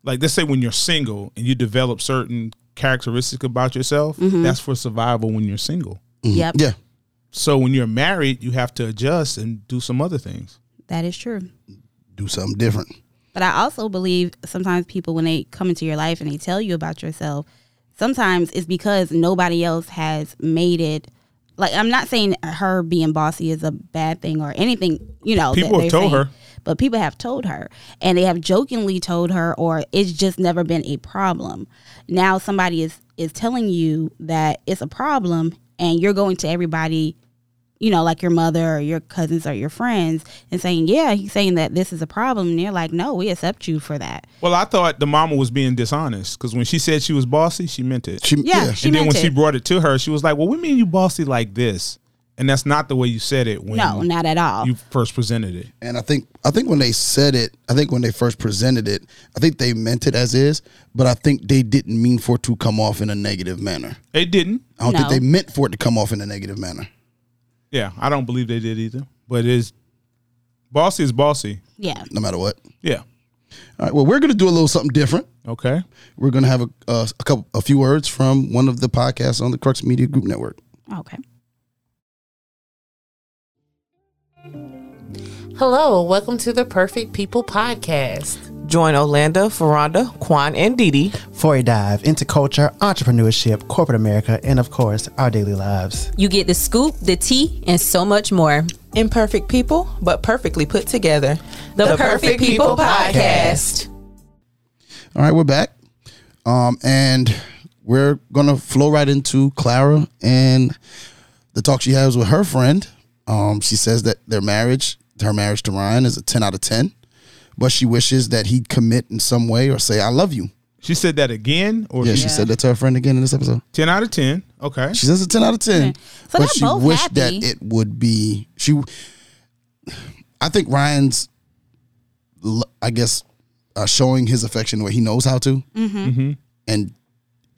Speaker 7: like let's say when you're single and you develop certain characteristics about yourself,
Speaker 8: Mm-hmm.
Speaker 7: that's for survival when you're single.
Speaker 8: Yep.
Speaker 1: Yeah.
Speaker 7: So when you're married, you have to adjust and do some other things.
Speaker 8: That is true.
Speaker 1: Do something different.
Speaker 8: But I also believe sometimes people, when they come into your life and they tell you about yourself, sometimes it's because nobody else has made it. Like, I'm not saying her being bossy is a bad thing or anything, you know.
Speaker 7: People have
Speaker 8: they're
Speaker 7: told her.
Speaker 8: But people have told her. And they have jokingly told her, or it's just never been a problem. Now somebody is, is telling you that it's a problem and you're going to everybody you know, like your mother or your cousins or your friends and saying, Yeah, he's saying that this is a problem. And they're like, No, we accept you for that.
Speaker 7: Well, I thought the mama was being dishonest because when she said she was bossy, she meant it.
Speaker 1: She,
Speaker 8: Yeah, she
Speaker 7: and then
Speaker 8: meant
Speaker 7: when she
Speaker 8: it.
Speaker 7: brought it to her, she was like, "Well, we mean you bossy like this," And that's not the way you said it when
Speaker 8: No, not at all.
Speaker 7: you first presented it.
Speaker 1: And I think I think when they said it, I think when they first presented it, I think they meant it as is, but I think they didn't mean for it to come off in a negative manner.
Speaker 7: It didn't.
Speaker 1: I don't think
Speaker 8: No.
Speaker 1: they meant for it to come off in a negative manner.
Speaker 7: Yeah, I don't believe they did either. But it's bossy is bossy.
Speaker 8: yeah.
Speaker 1: No matter what.
Speaker 7: Yeah.
Speaker 1: All right. Well, we're gonna do a little something different.
Speaker 7: Okay.
Speaker 1: We're gonna have a, a, a couple, a few words from one of the podcasts on the Crux Media Group Network.
Speaker 8: Okay.
Speaker 5: Hello, welcome to the Perfect People Podcast.
Speaker 9: Join Olanda, Ferranda, Quan, and Didi
Speaker 10: for a dive into culture, entrepreneurship, corporate America, and of course, our daily lives.
Speaker 11: You get the scoop, the tea, and so much more.
Speaker 9: Imperfect people, but perfectly put together.
Speaker 11: The, Perfect, People Podcast.
Speaker 1: All right, we're back, um, and we're gonna flow right into Clara and the talk she has with her friend. Um, she says that their marriage, her marriage to Ryan, is a ten out of ten, but she wishes that he'd commit in some way or say "I love you."
Speaker 7: She said that again or
Speaker 1: Yeah, she said that to her friend again in this episode.
Speaker 7: 10 out of 10. Okay.
Speaker 1: She says a ten out of ten,
Speaker 8: So
Speaker 1: but
Speaker 8: they're
Speaker 1: she
Speaker 8: both
Speaker 1: wished that
Speaker 8: happy.
Speaker 1: it would be she. I think Ryan's, l- I guess, uh, showing his affection where he knows how to,
Speaker 8: Mm-hmm.
Speaker 1: and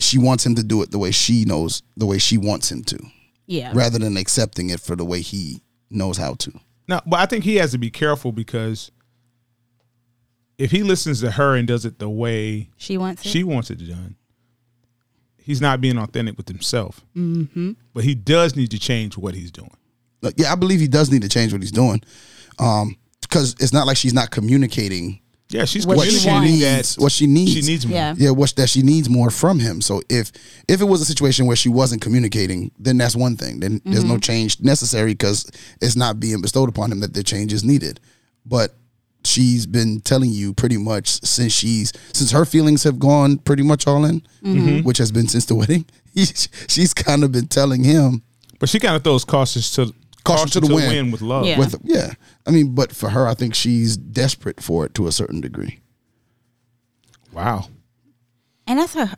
Speaker 1: she wants him to do it the way she knows, the way she wants him to,
Speaker 8: Yeah.
Speaker 1: rather than accepting it for the way he knows how to.
Speaker 7: No, but I think he has to be careful because if he listens to her and does it the way
Speaker 8: She wants it.
Speaker 7: she wants it done, he's not being authentic with himself. Mm-hmm. But he does need to change what he's doing.
Speaker 1: Like, yeah, I believe he does need to change what he's doing, um, because it's not like she's not communicating
Speaker 7: Yeah, she's
Speaker 1: what she
Speaker 7: communicating
Speaker 1: needs.
Speaker 7: that
Speaker 1: What she needs.
Speaker 7: she needs more.
Speaker 8: Yeah.
Speaker 1: yeah what's that she needs more from him so if if it was a situation where she wasn't communicating then that's one thing then there's
Speaker 8: Mm-hmm.
Speaker 1: no change necessary because it's not being bestowed upon him that the change is needed but she's been telling you pretty much since she's since her feelings have gone pretty much all in
Speaker 8: Mm-hmm.
Speaker 1: which has been since the wedding she's kind of been telling him
Speaker 7: But she kind of throws cautions to caution, to the, wind. with love.
Speaker 8: Yeah.
Speaker 1: with yeah i mean but for her i think she's desperate for it to a certain degree
Speaker 7: Wow.
Speaker 8: and that's her.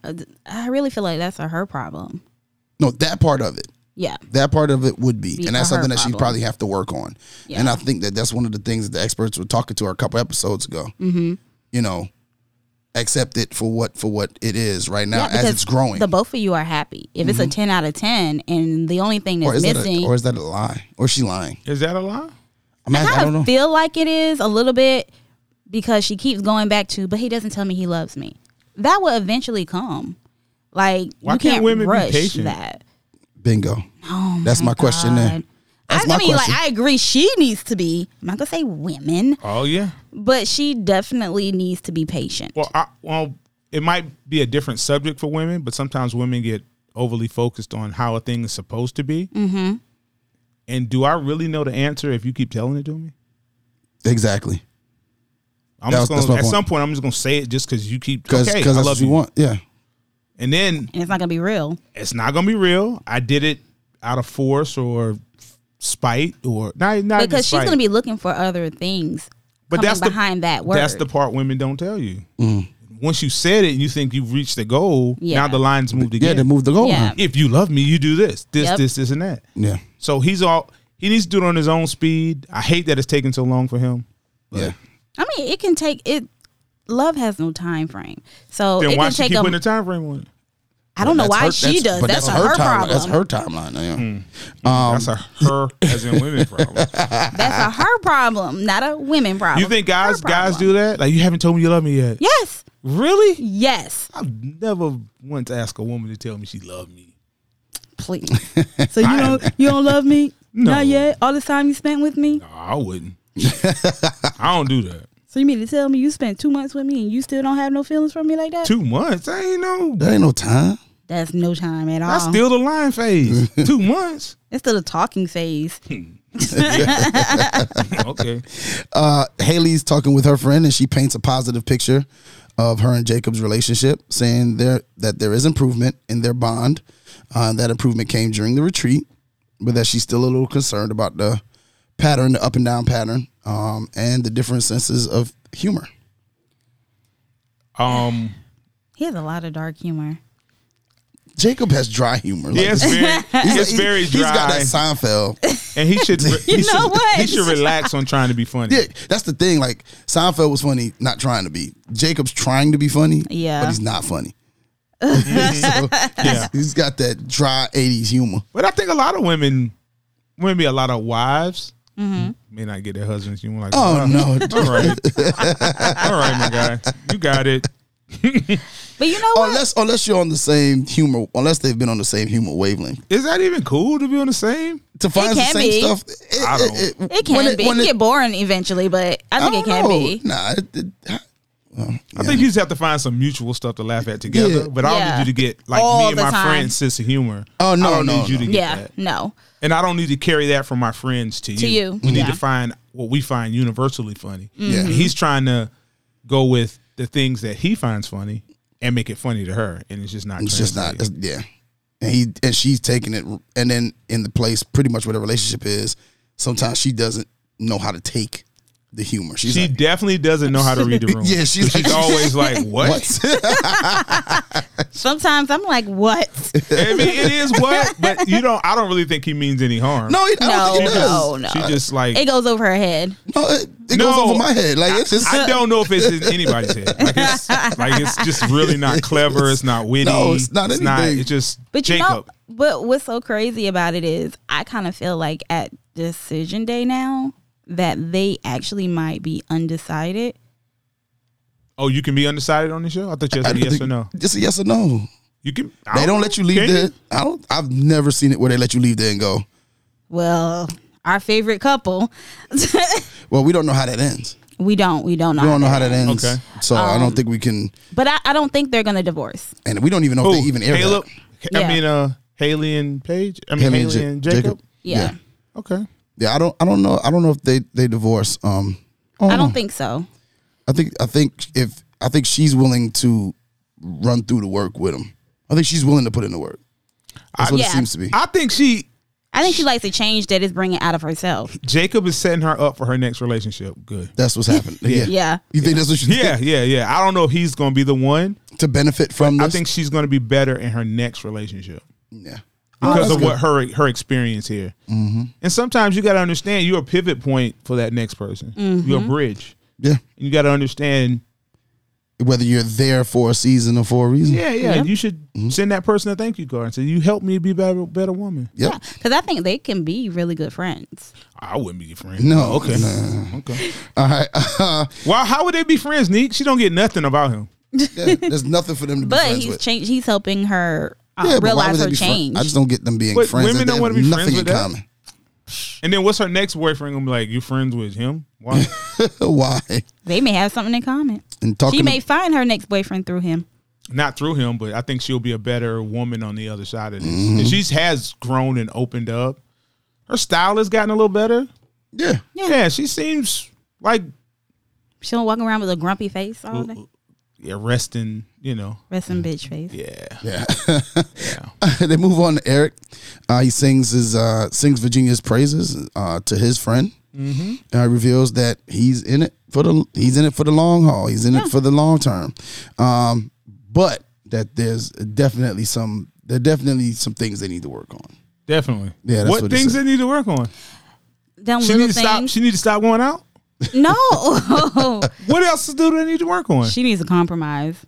Speaker 8: I really feel like that's a her problem.
Speaker 1: no that part of it
Speaker 8: Yeah.
Speaker 1: that part of it would be,
Speaker 8: Be
Speaker 1: and that's
Speaker 8: her
Speaker 1: something that she
Speaker 8: problem.
Speaker 1: probably have to work on.
Speaker 8: Yeah.
Speaker 1: And I think that that's one of the things that the experts were talking to her a couple episodes ago. Mm-hmm. You know, accept it for what for what it is right now
Speaker 8: yeah,
Speaker 1: as it's growing. Mm-hmm.
Speaker 8: the both of you are happy. If it's a ten out of ten, and the only thing
Speaker 1: or
Speaker 8: that's
Speaker 1: is
Speaker 8: missing,
Speaker 1: that a, or is that a lie? Or is she lying?
Speaker 7: Is that a lie?
Speaker 1: I'm
Speaker 8: I
Speaker 1: asking, I don't
Speaker 8: kind
Speaker 1: know.
Speaker 8: of feel like it is a little bit because she keeps going back to, but he doesn't tell me he loves me. That will eventually come. Like
Speaker 7: Why
Speaker 8: you
Speaker 7: can't
Speaker 8: can't,
Speaker 7: women be
Speaker 8: rush
Speaker 7: patient?
Speaker 8: that.
Speaker 1: Bingo. that's my, question. There.
Speaker 8: Oh God.
Speaker 1: That's
Speaker 8: I,
Speaker 1: my
Speaker 8: I mean,
Speaker 1: question.
Speaker 8: like I agree, she needs to be. I'm not gonna say women,
Speaker 7: Oh yeah.
Speaker 8: but she definitely needs to be patient.
Speaker 7: Well, I, well, it might be a different subject for women, but sometimes women get overly focused on how a thing is supposed to be. Mm-hmm. And do I really know the answer if you keep telling it to me?
Speaker 1: exactly.
Speaker 7: I'm
Speaker 1: That
Speaker 7: just
Speaker 1: was- that's
Speaker 7: gonna,
Speaker 1: my
Speaker 7: at
Speaker 1: point.
Speaker 7: some point, I'm just gonna say it just because you keep
Speaker 1: Because
Speaker 7: okay, I
Speaker 1: that's
Speaker 7: love
Speaker 1: what you want. Yeah.
Speaker 7: And then
Speaker 8: and it's not gonna be real.
Speaker 7: it's not gonna be real. I did it out of force or spite or not. not even
Speaker 8: because she's
Speaker 7: spite.
Speaker 8: gonna be looking for other things.
Speaker 7: But
Speaker 8: coming
Speaker 7: that's the-
Speaker 8: behind that word.
Speaker 7: That's the part women don't tell you.
Speaker 1: Mm.
Speaker 7: Once you said it and you think you've reached the goal,
Speaker 8: Yeah.
Speaker 7: now the lines moved again.
Speaker 1: Yeah, they move the goal.
Speaker 8: Yeah.
Speaker 1: line.
Speaker 7: if you love me, you do this, this,
Speaker 8: Yep.
Speaker 7: this, this, and that.
Speaker 1: Yeah.
Speaker 7: So he's all he needs to do it on his own speed. I hate that it's taking so long for him.
Speaker 1: Yeah.
Speaker 8: I mean, it can take it. Love has no time frame, so
Speaker 7: Then
Speaker 8: it
Speaker 7: why
Speaker 8: can
Speaker 7: she
Speaker 8: take
Speaker 7: keep
Speaker 8: a.
Speaker 7: putting a time frame on it?
Speaker 8: I don't know
Speaker 1: That's
Speaker 8: why
Speaker 1: her-
Speaker 8: she does.
Speaker 1: but
Speaker 8: That's, her,
Speaker 1: timeline.
Speaker 8: problem.
Speaker 1: That's her timeline. Yeah. Um,
Speaker 7: That's a her as in women problem.
Speaker 8: That's a her problem, not a women problem.
Speaker 7: You think
Speaker 8: Her
Speaker 7: guys guys
Speaker 8: problem.
Speaker 7: do that? Like you haven't told me you love me yet.
Speaker 8: Yes,
Speaker 7: Really?
Speaker 8: yes,
Speaker 7: I've never once asked a woman to tell me she loved me.
Speaker 8: please. so you don't you don't love me? Not yet. All this time you spent with me.
Speaker 7: No, I wouldn't. I don't do that.
Speaker 8: So you mean to tell me you spent two months with me and you still don't have no feelings for me like that?
Speaker 7: Two months? I ain't know.
Speaker 1: There ain't no time.
Speaker 8: That's no time at all.
Speaker 7: That's still the lying phase. Two months.
Speaker 8: it's still the talking phase.
Speaker 7: Okay.
Speaker 1: uh, Haley's talking with her friend, and she paints a positive picture of her and Jacob's relationship, saying there that there is improvement in their bond. Uh, that improvement came during the retreat, but that she's still a little concerned about the pattern, the up and down pattern, um, and the different senses of humor.
Speaker 7: Um.
Speaker 8: He has a lot of dark humor.
Speaker 1: Jacob has dry humor. Like,
Speaker 7: Yes,
Speaker 1: this-
Speaker 7: man.
Speaker 1: he's-
Speaker 7: It's very
Speaker 1: He's got
Speaker 7: dry.
Speaker 1: that Seinfeld.
Speaker 7: And he should, he,
Speaker 1: You
Speaker 7: should
Speaker 1: know what?
Speaker 7: he should relax on trying to be funny.
Speaker 1: Yeah, that's the thing. Like Seinfeld was funny, not trying to be. Jacob's trying to be funny.
Speaker 7: Yeah.
Speaker 1: but he's not funny. So, he's- he's got that dry '80s humor.
Speaker 7: But I think a lot of women, maybe a lot of wives,
Speaker 8: Mm-hmm.
Speaker 7: may not get their husbands. You like,
Speaker 1: Oh, no.
Speaker 7: all right, all right, my guy, you got it.
Speaker 8: But you know
Speaker 7: Oh,
Speaker 1: what? Unless unless you're on the same humor, unless they've been on the same humor wavelength.
Speaker 7: Is that even cool to be on the same?
Speaker 1: To find the
Speaker 8: can
Speaker 1: same
Speaker 8: be.
Speaker 1: stuff.
Speaker 7: I don't.
Speaker 8: It can
Speaker 1: when
Speaker 8: be. It,
Speaker 1: when
Speaker 8: can get boring eventually, but I think it
Speaker 1: don't
Speaker 8: can
Speaker 1: know.
Speaker 8: be.
Speaker 1: Nah, it, it,
Speaker 7: I think you just have to find some mutual stuff to laugh at together.
Speaker 1: Yeah.
Speaker 7: But I don't
Speaker 8: Yeah.
Speaker 7: need you to get like
Speaker 8: All
Speaker 7: me and
Speaker 8: the
Speaker 7: my
Speaker 8: time.
Speaker 7: friend's sense of humor.
Speaker 1: Oh no,
Speaker 7: I don't
Speaker 1: no,
Speaker 7: need you to get
Speaker 8: yeah,
Speaker 7: that.
Speaker 8: no.
Speaker 7: And I don't need to carry that from my friends to you.
Speaker 8: To you,
Speaker 7: We need
Speaker 8: yeah. Mm-hmm.
Speaker 7: to find what we find universally funny.
Speaker 8: Yeah.
Speaker 7: And He's trying to go with the things that he finds funny and make it funny to her, and it's just not.
Speaker 1: It's just not.
Speaker 7: translated.
Speaker 1: it's- yeah, and he and she's taking it, and then in the place pretty much where the relationship is. Sometimes she doesn't know how to take the humor. She's
Speaker 7: she
Speaker 1: like,
Speaker 7: definitely doesn't know how to read the room.
Speaker 1: Yeah, she's
Speaker 7: 'Cause
Speaker 1: like-
Speaker 7: always like, what?
Speaker 8: Sometimes I'm like, what?
Speaker 7: I mean, it is what, but you don't. I don't really think he means any harm.
Speaker 1: No, it- I don't
Speaker 8: No,
Speaker 1: think it does.
Speaker 8: no, Oh, no.
Speaker 7: She just like
Speaker 8: it goes over her head.
Speaker 1: No, it, it goes over my head. Like it's just.
Speaker 7: I, I don't know if it's in anybody's head. Like it's, like it's just really not clever. It's not witty.
Speaker 1: No, it's not anything.
Speaker 7: it's just
Speaker 8: But you know,
Speaker 7: Jacob.
Speaker 8: but what's so crazy about it is I kind of feel like at decision day now that they actually might be undecided.
Speaker 7: oh, you can be undecided on the show. I thought you said
Speaker 1: don't
Speaker 7: yes
Speaker 1: think-
Speaker 7: or no.
Speaker 1: Just a yes or no.
Speaker 7: You can. I
Speaker 1: They don't let you leave
Speaker 7: Can
Speaker 1: there. I don't. I've never seen it where they let you leave there and go.
Speaker 8: Well, our favorite couple,
Speaker 1: Well, we don't know how that ends.
Speaker 8: we don't, we don't know.
Speaker 1: we don't know how
Speaker 8: that
Speaker 1: that ends. Okay. So I
Speaker 8: Um,
Speaker 1: don't think we can.
Speaker 8: But I, I don't think they're gonna divorce.
Speaker 1: And we don't even know if
Speaker 7: Who?
Speaker 1: they even air
Speaker 7: Caleb.
Speaker 1: that.
Speaker 7: I
Speaker 8: Yeah.
Speaker 7: mean, uh, Haley and Paige. I mean, Haley,
Speaker 1: Ja-
Speaker 7: and Jacob.
Speaker 8: Yeah.
Speaker 7: Okay.
Speaker 1: Yeah, I don't. I don't know. I don't know if they they divorce. Um,
Speaker 8: I don't think so.
Speaker 1: I think I think if I think she's willing to run through the work with him. I think she's willing to put in the work. That's what it
Speaker 8: Yeah.
Speaker 1: seems to be.
Speaker 7: I think she
Speaker 8: I think she likes a change that is bringing out of herself.
Speaker 7: Jacob is setting her up for her next relationship. Good.
Speaker 1: That's what's happened.
Speaker 7: Yeah.
Speaker 1: Yeah.
Speaker 8: Yeah.
Speaker 1: You think that's what you
Speaker 7: Yeah, yeah, yeah. I don't know if he's going to be the one
Speaker 1: to benefit from
Speaker 7: I
Speaker 1: this?
Speaker 7: think she's going to be better in her next relationship.
Speaker 1: Yeah. Oh,
Speaker 7: Because
Speaker 1: that's
Speaker 7: of what
Speaker 1: good.
Speaker 7: her her experience here. Mm-hmm. And sometimes you got to understand you're a pivot point for that next person. You're a bridge.
Speaker 1: Yeah.
Speaker 7: You got to understand
Speaker 1: Whether you're there for a season or for a reason.
Speaker 7: yeah, yeah, you should
Speaker 1: Mm-hmm.
Speaker 7: send that person a thank you card and say you helped me be better better woman.
Speaker 1: Yep.
Speaker 8: Because I think they can be really good friends.
Speaker 7: I wouldn't be your friend.
Speaker 1: No.
Speaker 7: Oh, okay.
Speaker 1: Nah.
Speaker 7: Okay.
Speaker 1: All right.
Speaker 7: Well, how would they be friends, Neek? She don't get nothing about him.
Speaker 1: Yeah, there's nothing for them to be
Speaker 8: But
Speaker 1: friends
Speaker 8: he's
Speaker 1: with.
Speaker 8: changed. He's helping her uh,
Speaker 1: Yeah, but why would
Speaker 8: realize
Speaker 1: they
Speaker 8: her
Speaker 1: be fri-
Speaker 8: change.
Speaker 1: I just don't get them being
Speaker 7: But
Speaker 1: friends.
Speaker 7: women
Speaker 1: They
Speaker 7: don't want to
Speaker 1: have
Speaker 7: be
Speaker 1: nothing
Speaker 7: friends with
Speaker 1: in
Speaker 7: that.
Speaker 1: common.
Speaker 7: And then what's her next boyfriend gonna be like? You friends with him? Why?
Speaker 1: Why?
Speaker 8: they may have something in common.
Speaker 1: And talking.
Speaker 8: she may find her next boyfriend through him.
Speaker 7: Not through him, but I think she'll be a better woman on the other side of this.
Speaker 1: Mm-hmm.
Speaker 7: And she's has grown and opened up. Her style has gotten a little better.
Speaker 1: yeah.
Speaker 7: Yeah, she seems like
Speaker 8: She don't walk around with a grumpy face all day.
Speaker 7: yeah, resting. You know,
Speaker 8: Rest in bitch face.
Speaker 7: yeah.
Speaker 1: Yeah. they move on to Eric. Uh, he sings his uh, sings Virginia's praises uh, to his friend. Mm-hmm. Uh, reveals that he's in it for the he's in it for the long haul. He's in it for the long term. Um, but that there's definitely some there are definitely some things they need to work on.
Speaker 7: Definitely.
Speaker 1: Yeah, that's
Speaker 7: what
Speaker 1: what he
Speaker 7: things they
Speaker 1: said.
Speaker 7: need to work on?
Speaker 8: Them
Speaker 7: She
Speaker 8: little
Speaker 7: need to stop.
Speaker 8: things.
Speaker 7: She need to stop going out.
Speaker 8: no.
Speaker 7: What else do they need to work on?
Speaker 8: she needs a compromise.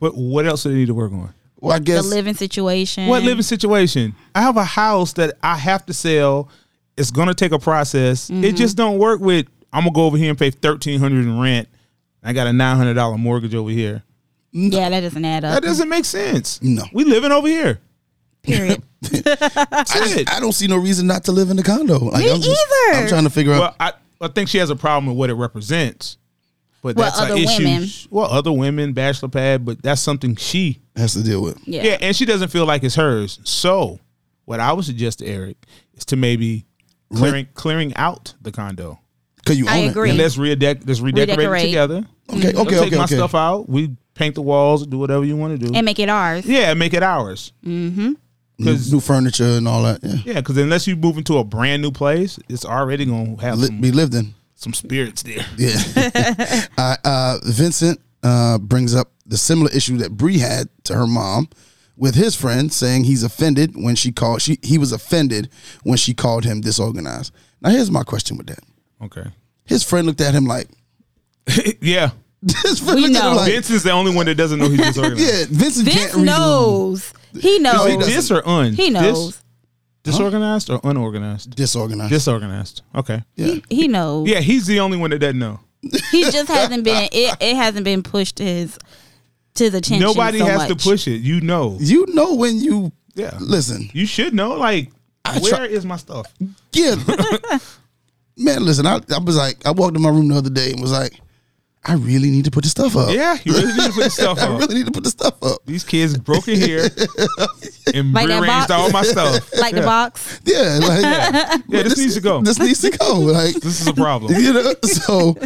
Speaker 7: But what else do they need to work on?
Speaker 1: Well, I guess
Speaker 8: The living situation.
Speaker 7: What living situation? I have a house that I have to sell. It's gonna take a process.
Speaker 8: Mm-hmm.
Speaker 7: It just don't work with. I'm gonna go over here and pay thirteen hundred in rent. I got a nine hundred dollar mortgage over here.
Speaker 8: Yeah, that doesn't add
Speaker 7: That
Speaker 8: up.
Speaker 7: doesn't make sense.
Speaker 1: No.
Speaker 7: we living over here.
Speaker 8: Period.
Speaker 1: I,
Speaker 7: Shit.
Speaker 1: just- I don't see no reason not to live in the condo. Like,
Speaker 8: Me
Speaker 1: I'm just-
Speaker 8: either.
Speaker 1: I'm trying to figure
Speaker 7: Well,
Speaker 1: out.
Speaker 7: I, I think she has a problem with what it represents. But
Speaker 8: Well,
Speaker 7: that's her
Speaker 8: other
Speaker 7: issue.
Speaker 8: women.
Speaker 7: Well, other women, bachelor pad, but that's something she
Speaker 1: Has to deal with.
Speaker 8: Yeah.
Speaker 7: Yeah. and she doesn't feel like it's hers. So, what I would suggest to Eric is to maybe clearing clearing out the condo.
Speaker 1: Cause you own
Speaker 8: I
Speaker 1: it.
Speaker 8: agree.
Speaker 7: And let's redecorate. Let's redecorate,
Speaker 8: Redecorate.
Speaker 7: it together.
Speaker 1: Okay,
Speaker 7: You'll
Speaker 1: okay,
Speaker 7: Mm. take
Speaker 1: okay,
Speaker 7: my
Speaker 1: okay.
Speaker 7: stuff out. We paint the walls. Do whatever you want to do.
Speaker 8: And make it ours.
Speaker 7: yeah, and make it ours.
Speaker 1: New, new furniture and all that. Yeah.
Speaker 7: Yeah, because unless you move into a brand new place, it's already gonna have
Speaker 1: Li-
Speaker 7: some,
Speaker 1: be lived in.
Speaker 7: some spirits there.
Speaker 1: Yeah. uh, uh, Vincent uh, brings up the similar issue that Bree had to her mom with his friend saying he's offended when she called she he was offended when she called him disorganized. Now here's my question with that.
Speaker 7: Okay.
Speaker 1: His friend looked at him like
Speaker 7: Yeah.
Speaker 1: His friend looked at him like
Speaker 7: Vincent's the only one that doesn't know he's disorganized.
Speaker 1: Yeah, Vincent
Speaker 8: Vince
Speaker 1: can't read
Speaker 8: knows. He knows.
Speaker 7: Is he dis or un? Dis?
Speaker 8: He knows.
Speaker 7: Disorganized or unorganized?
Speaker 1: Disorganized.
Speaker 7: Disorganized. Okay.
Speaker 1: Yeah.
Speaker 8: He knows.
Speaker 7: Yeah, he's the only one that doesn't know.
Speaker 8: He just hasn't been. It, it hasn't been pushed to his to his attention.
Speaker 7: Nobody
Speaker 8: so
Speaker 7: has to
Speaker 8: much.
Speaker 7: push it. You know.
Speaker 1: You know when you
Speaker 7: Yeah.
Speaker 1: listen.
Speaker 7: You should know. Like, where
Speaker 1: I
Speaker 7: is
Speaker 1: try- Oh.
Speaker 7: my stuff?
Speaker 1: Yeah. Man, listen, I, I was like, I walked in my room the other day and was like, I really need to put this stuff up.
Speaker 7: Yeah, you really need to put stuff
Speaker 1: I
Speaker 7: up.
Speaker 1: really need to put this stuff up.
Speaker 7: These kids broke in here and
Speaker 8: Like that
Speaker 7: rearranged
Speaker 8: box?
Speaker 7: all my stuff.
Speaker 8: Like
Speaker 7: yeah.
Speaker 8: the box.
Speaker 1: Yeah, like
Speaker 7: Yeah, this, needs to go. This,
Speaker 1: this needs to go. Like
Speaker 7: is a problem.
Speaker 1: you know, so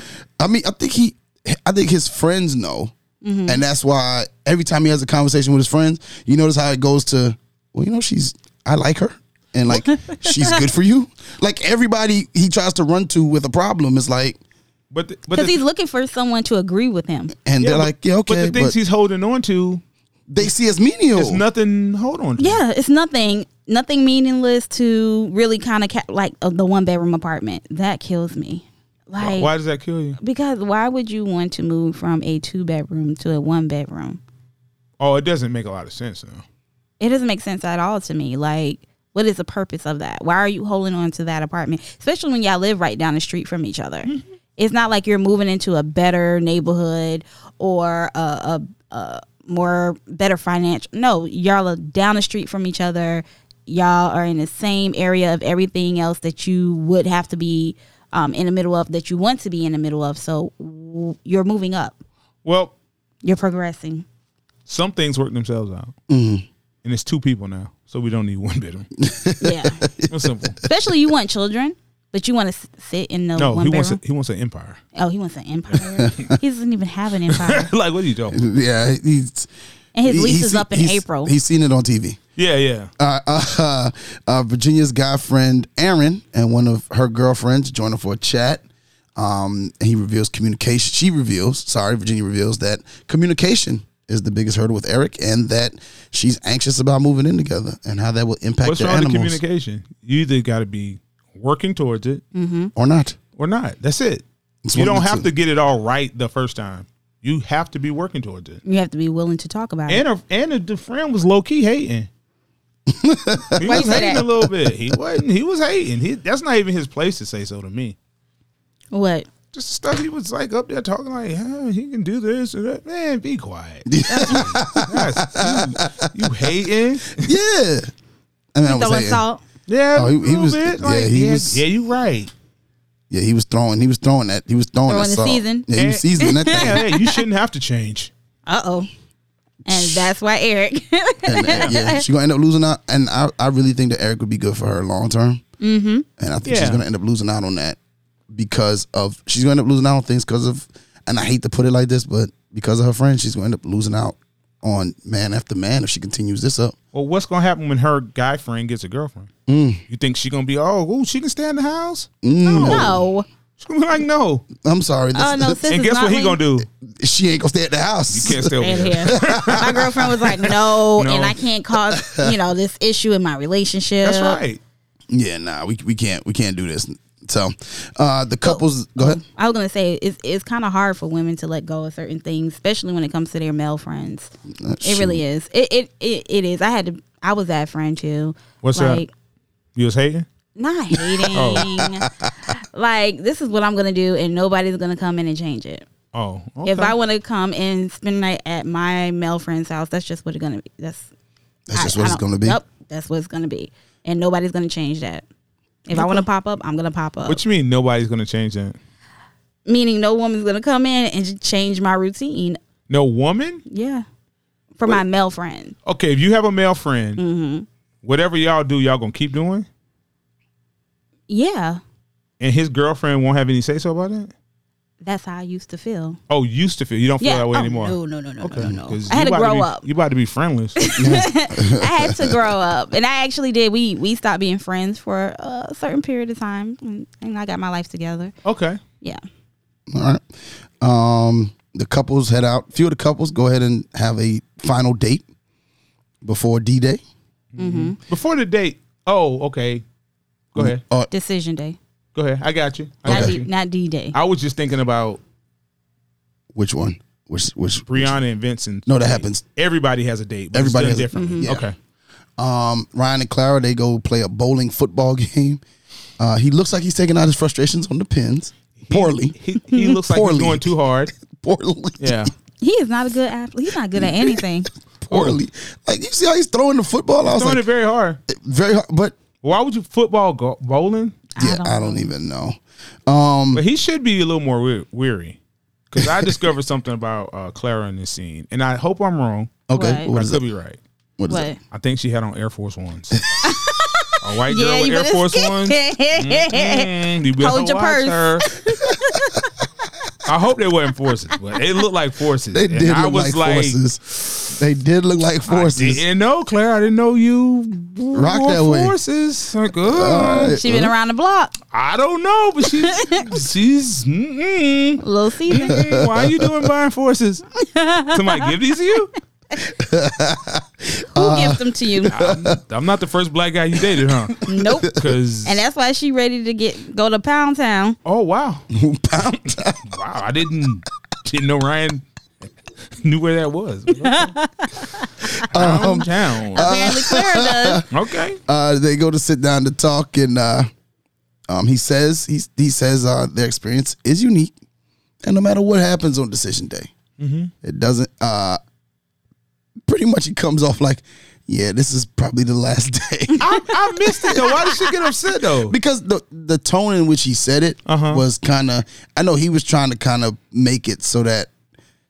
Speaker 1: I mean, I think he, I think his friends know, and that's why every time he has a conversation with his friends, you notice how it goes to, well, you know, she's I like her, and like she's good for you. Like everybody he tries to run to with a problem is like,
Speaker 7: But the, but
Speaker 8: Because
Speaker 7: the,
Speaker 8: he's looking for someone to agree with him.
Speaker 1: and
Speaker 7: yeah,
Speaker 1: they're
Speaker 7: but-
Speaker 1: like, yeah, okay,
Speaker 7: But the
Speaker 1: but, Oh.
Speaker 7: things he's holding on to,
Speaker 1: they see as menial.
Speaker 7: there's nothing to hold on to.
Speaker 8: Yeah, it's nothing, nothing meaningless to really kind of ca- like uh, the one bedroom apartment. That kills me. Like,
Speaker 7: Why does that kill you?
Speaker 8: because why would you want to move from a two bedroom to a one bedroom?
Speaker 7: Oh, it doesn't make a lot of sense now.
Speaker 8: It doesn't make sense at all to me. Like, what is the purpose of that? Why are you holding on to that apartment, especially when y'all live right down the street from each other? It's not like you're moving into a better neighborhood or a, a, a more better financial. No, y'all are down the street from each other. Y'all are in the same area of everything else that you would have to be um, in the middle of that you want to be in the middle of. So w- you're moving up.
Speaker 7: Well,
Speaker 8: You're progressing.
Speaker 7: some things work themselves out.
Speaker 1: Mm-hmm.
Speaker 7: And it's two people now, so we don't need one bedroom.
Speaker 8: Yeah.
Speaker 7: It's simple.
Speaker 8: Especially you want children, but you want to sit in the
Speaker 7: No,
Speaker 8: one
Speaker 7: he
Speaker 8: bedroom.
Speaker 7: wants a, he wants an empire.
Speaker 8: oh, he wants an empire. he doesn't even have an empire,
Speaker 7: like, what are you doing?
Speaker 1: yeah, he's
Speaker 8: and his
Speaker 1: he-
Speaker 8: lease
Speaker 1: he's
Speaker 8: is
Speaker 1: seen-
Speaker 8: up in
Speaker 1: he's-
Speaker 8: April.
Speaker 1: He's seen it on TV.
Speaker 7: Yeah, yeah.
Speaker 1: uh, uh, uh, Virginia's guy friend Aaron and one of her girlfriends join her for a chat. Um, and he reveals communication. She reveals, sorry, Virginia reveals that communication is the biggest hurdle with Eric, and that she's anxious about moving in together and how that will impact
Speaker 7: What's
Speaker 1: their
Speaker 7: wrong with
Speaker 1: animals
Speaker 7: communication? You either got to be working towards it
Speaker 1: or not.
Speaker 7: or not. That's it.
Speaker 1: It's
Speaker 7: you
Speaker 1: one of
Speaker 7: don't
Speaker 1: the
Speaker 7: have
Speaker 1: two.
Speaker 7: to get it all right the first time. You have to be working towards it.
Speaker 8: you have to be willing to talk about it.
Speaker 7: And her, and her- the friend was low key hating. he was
Speaker 8: say
Speaker 7: hating a
Speaker 8: that?
Speaker 7: little bit. He wasn't. He was hating. He, that's not even his place to say so to me.
Speaker 8: What?
Speaker 7: Just the stuff he was like up there talking like, huh, he can do this and that. Man, be quiet. That's- you, you hating?
Speaker 1: Yeah, I mean, I was
Speaker 8: Throwing
Speaker 1: hating.
Speaker 8: salt.
Speaker 7: Yeah,
Speaker 1: Oh,
Speaker 7: a
Speaker 1: he- he
Speaker 7: little
Speaker 1: was-
Speaker 7: bit.
Speaker 1: yeah,
Speaker 7: Like,
Speaker 1: he
Speaker 7: yeah,
Speaker 1: was-
Speaker 7: yeah, you right.
Speaker 1: Yeah, he was throwing. He was throwing that. He was throwing,
Speaker 8: Throwing
Speaker 1: that
Speaker 8: the
Speaker 1: salt.
Speaker 8: season.
Speaker 1: Yeah, he was seasoning that thing.
Speaker 7: Yeah, yeah, you shouldn't have to change.
Speaker 8: Uh oh. And that's why Eric.
Speaker 1: and, uh, yeah, she's gonna end up losing out. And I, I really think that Eric would be good for her long term. Mm-hmm. And I think she's
Speaker 7: Yeah.
Speaker 1: gonna end up losing out on that because of she's gonna end up losing out on things because of. And I hate to put it like this, but because of her friend, she's gonna end up losing out on man after man if she continues this up.
Speaker 7: Well, what's gonna happen when her guy friend gets a girlfriend? You think she gonna be oh, ooh, she can stay in the house?
Speaker 8: no.
Speaker 7: She's gonna be like, no.
Speaker 1: I'm sorry, this,
Speaker 8: Oh no. Sis
Speaker 7: and
Speaker 8: is
Speaker 7: guess
Speaker 8: not
Speaker 7: what he
Speaker 8: leaving.
Speaker 7: gonna do?
Speaker 1: she ain't gonna stay at the
Speaker 7: You
Speaker 1: house.
Speaker 7: can't stay over
Speaker 8: in
Speaker 7: here.
Speaker 8: here. my girlfriend was like, no,
Speaker 7: No.
Speaker 8: and I can't cause you know this issue in my relationship.
Speaker 7: That's right.
Speaker 1: Yeah, nah, we we can't we can't do this. So, uh, the couples go ahead.
Speaker 8: I was gonna say it's it's kind of hard for women to let go of certain things, especially when it comes to their male friends. It really is. It it, it it is. I had to. I was that friend too.
Speaker 7: What's that?
Speaker 8: like,
Speaker 7: You was hating?
Speaker 8: Not hating. like this is what I'm gonna do, and nobody's gonna come in and change it.
Speaker 7: Oh, okay.
Speaker 8: If I want to come and spend the night at my male friend's house, that's just what it's gonna be. That's
Speaker 1: That's
Speaker 8: I-
Speaker 1: just
Speaker 8: I
Speaker 1: what it's
Speaker 8: don't-
Speaker 1: gonna be.
Speaker 8: Yep, that's what it's gonna be, and nobody's gonna change that. If I want to pop up, I'm gonna pop up.
Speaker 7: what you mean nobody's gonna change that?
Speaker 8: Meaning, no woman's gonna come in and just change my routine.
Speaker 7: No woman?
Speaker 8: Yeah, for my male friend.
Speaker 7: Okay, if you have a male friend,
Speaker 8: Mm-hmm.
Speaker 7: whatever y'all do, y'all gonna keep doing?
Speaker 8: Yeah,
Speaker 7: And his girlfriend won't have any say so about that?
Speaker 8: that's how I used to feel.
Speaker 7: Oh, used to feel you don't feel
Speaker 8: yeah,
Speaker 7: that way
Speaker 8: Oh,
Speaker 7: anymore.
Speaker 8: No, no, no, no,
Speaker 7: Okay,
Speaker 8: no, no, no.
Speaker 7: 'cause
Speaker 8: I had
Speaker 7: you
Speaker 8: to
Speaker 7: about
Speaker 8: grow
Speaker 7: be-
Speaker 8: up.
Speaker 7: You about to be friendless.
Speaker 8: I had to grow up, and I actually did. We we stopped being friends for a certain period of time, and, and I got my life together.
Speaker 7: okay.
Speaker 8: Yeah,
Speaker 1: All right. Um, the couples head out. A few of the couples go ahead and have a final date. before D Day.
Speaker 8: Mm-hmm.
Speaker 7: Before the date. Oh, okay. Go ahead.
Speaker 8: Decision day.
Speaker 7: Go ahead. I got you. I
Speaker 8: Not,
Speaker 7: got
Speaker 8: D,
Speaker 7: you.
Speaker 8: not D day.
Speaker 7: I was just thinking about
Speaker 1: Which one? Which which
Speaker 7: Brianna and Vincent.
Speaker 1: No, that happens.
Speaker 7: Everybody has a date. But
Speaker 1: Everybody
Speaker 7: Everybody
Speaker 1: has
Speaker 7: it's
Speaker 1: a-
Speaker 7: done differently.
Speaker 1: Mhm. Yeah.
Speaker 7: Okay.
Speaker 1: Um, Ryan and Clara they go play a bowling football game. Uh, he looks like he's taking out his frustrations on the pins poorly.
Speaker 7: He, he looks like he's going too hard.
Speaker 1: poorly.
Speaker 7: Yeah.
Speaker 8: He is not a good athlete. He's not good at anything.
Speaker 1: poorly. Like you see how he's throwing the football. I was
Speaker 7: throwing
Speaker 1: like,
Speaker 7: it very hard.
Speaker 1: very hard. But
Speaker 7: why would you football go bowling?
Speaker 1: yeah, I don't, even know. Um,
Speaker 7: But he should be a little more wea- weary. Because I discovered something about uh, Clara in this scene, and I hope I'm wrong.
Speaker 1: Okay, What?
Speaker 7: I
Speaker 1: Oh, what
Speaker 7: could
Speaker 1: is that?
Speaker 7: be right.
Speaker 1: What is What?
Speaker 8: that?
Speaker 7: I think she had on Air Force Ones. a white girl
Speaker 8: Yeah,
Speaker 7: with
Speaker 8: you
Speaker 7: Air
Speaker 8: better
Speaker 7: Force
Speaker 8: skip.
Speaker 7: Ones. Mm-mm, Mm, you better
Speaker 8: Hold your
Speaker 7: watch
Speaker 8: purse.
Speaker 7: her. I hope they weren't forces, but they looked like forces.
Speaker 1: they
Speaker 7: and
Speaker 1: did
Speaker 7: I
Speaker 1: look
Speaker 7: was
Speaker 1: like, forces. They did look like forces.
Speaker 7: I didn't know, Claire. I didn't know you
Speaker 1: Rock
Speaker 7: wore
Speaker 1: that way.
Speaker 7: Forces. Like, uh,
Speaker 8: She been around the block.
Speaker 7: I don't know, but she she's mm-mm.
Speaker 8: Little season.
Speaker 7: Mm-mm. Why are you doing buying forces? Somebody give these to you?
Speaker 8: Who
Speaker 1: Uh,
Speaker 8: gives them to you?
Speaker 7: I'm, I'm not the first black guy you dated, huh?
Speaker 8: Nope.
Speaker 7: Because
Speaker 8: And that's why she ready to get go to Pound Town.
Speaker 7: oh wow,
Speaker 1: Pound town.
Speaker 7: wow, I didn't didn't know Ryan knew where that was. Hometown.
Speaker 8: Apparently Clara does.
Speaker 7: okay.
Speaker 1: Uh, they go to sit down to talk, and uh, um, he says he he says uh, their experience is unique, and no matter what happens on decision day, it doesn't. Uh, pretty much, he comes off like, yeah, this is probably the last day
Speaker 7: I, I missed it though. Why did she get upset though?
Speaker 1: because the the tone in which he said it was kind of. I know he was trying to kind of make it so that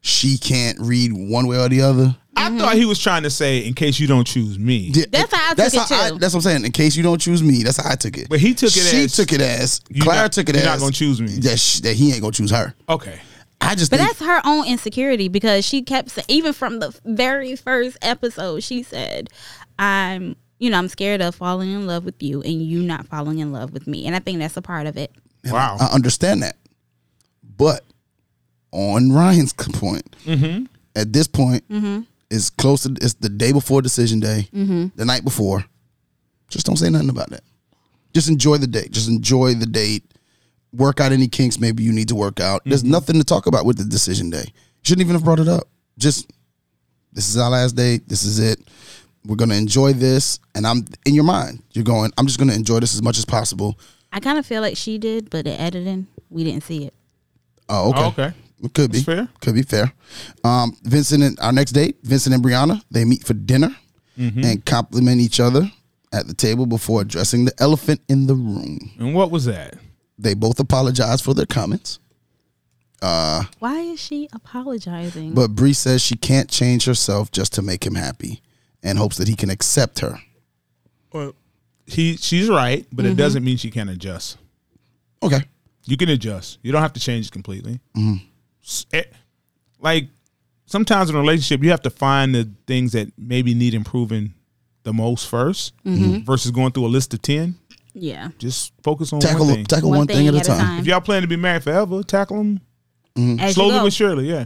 Speaker 1: she can't read one way or the other.
Speaker 7: I thought he was trying to say, in case you don't choose me.
Speaker 1: Yeah,
Speaker 8: That's how I took
Speaker 1: that's
Speaker 8: it
Speaker 1: how I-
Speaker 8: too.
Speaker 1: that's what I'm saying. In case you don't choose me, that's how I took it.
Speaker 7: But he took it
Speaker 1: She
Speaker 7: as-
Speaker 1: took it as
Speaker 7: You're
Speaker 1: Clara
Speaker 7: not-
Speaker 1: took it
Speaker 7: you're
Speaker 1: as
Speaker 7: not gonna choose me.
Speaker 1: That, sh- that he ain't gonna choose her.
Speaker 7: Okay.
Speaker 1: I just
Speaker 8: But
Speaker 1: think
Speaker 8: that's her own insecurity because she kept sa- even from the very first episode she said, "I'm you know I'm scared of falling in love with you and you not falling in love with me," and I think that's a part of it.
Speaker 1: and
Speaker 7: Wow.
Speaker 1: I, I understand that. But on Ryan's c- point,
Speaker 7: Mm-hmm.
Speaker 1: at this point, it's close to it's the day before decision day,
Speaker 7: Mm-hmm.
Speaker 1: the night before. Just don't say nothing about that. Just enjoy the date. Just enjoy the date. Work out any kinks maybe you need to work out. There's
Speaker 7: Mm-hmm.
Speaker 1: nothing to talk about with the decision day. You shouldn't even have brought it up. Just this is our last date. This is it. We're gonna enjoy this, and I'm in your mind. You're going. I'm just gonna enjoy this as much as possible.
Speaker 8: I kind of feel like she did, but the editing we didn't see it.
Speaker 1: Oh, okay.
Speaker 7: Oh, okay.
Speaker 1: It could be
Speaker 7: That's fair.
Speaker 1: Could be fair. Um, Vincent and our next date, Vincent and Brianna, they meet for dinner
Speaker 7: Mm-hmm.
Speaker 1: and compliment each other at the table before addressing the elephant in the room.
Speaker 7: And what was that?
Speaker 1: They both apologize for their comments,
Speaker 8: Why is she apologizing?
Speaker 1: but Bree says she can't change herself just to make him happy and hopes that he can accept her.
Speaker 7: Well, he she's right, but it doesn't mean she can't adjust.
Speaker 1: Okay.
Speaker 7: You can adjust. You don't have to change completely.
Speaker 1: Mm-hmm.
Speaker 7: S- eh, Like sometimes in a relationship, you have to find the things that maybe need improving the most 1st
Speaker 1: Mm-hmm.
Speaker 8: Mm-hmm.
Speaker 7: versus going through a list of ten.
Speaker 8: yeah,
Speaker 7: Just focus on
Speaker 1: Tackle
Speaker 7: one
Speaker 1: one
Speaker 7: thing.
Speaker 1: tackle one, thing, at, a time.
Speaker 7: if y'all plan to be married forever, tackle them
Speaker 8: As you
Speaker 7: slowly
Speaker 8: go.
Speaker 7: but surely. Yeah.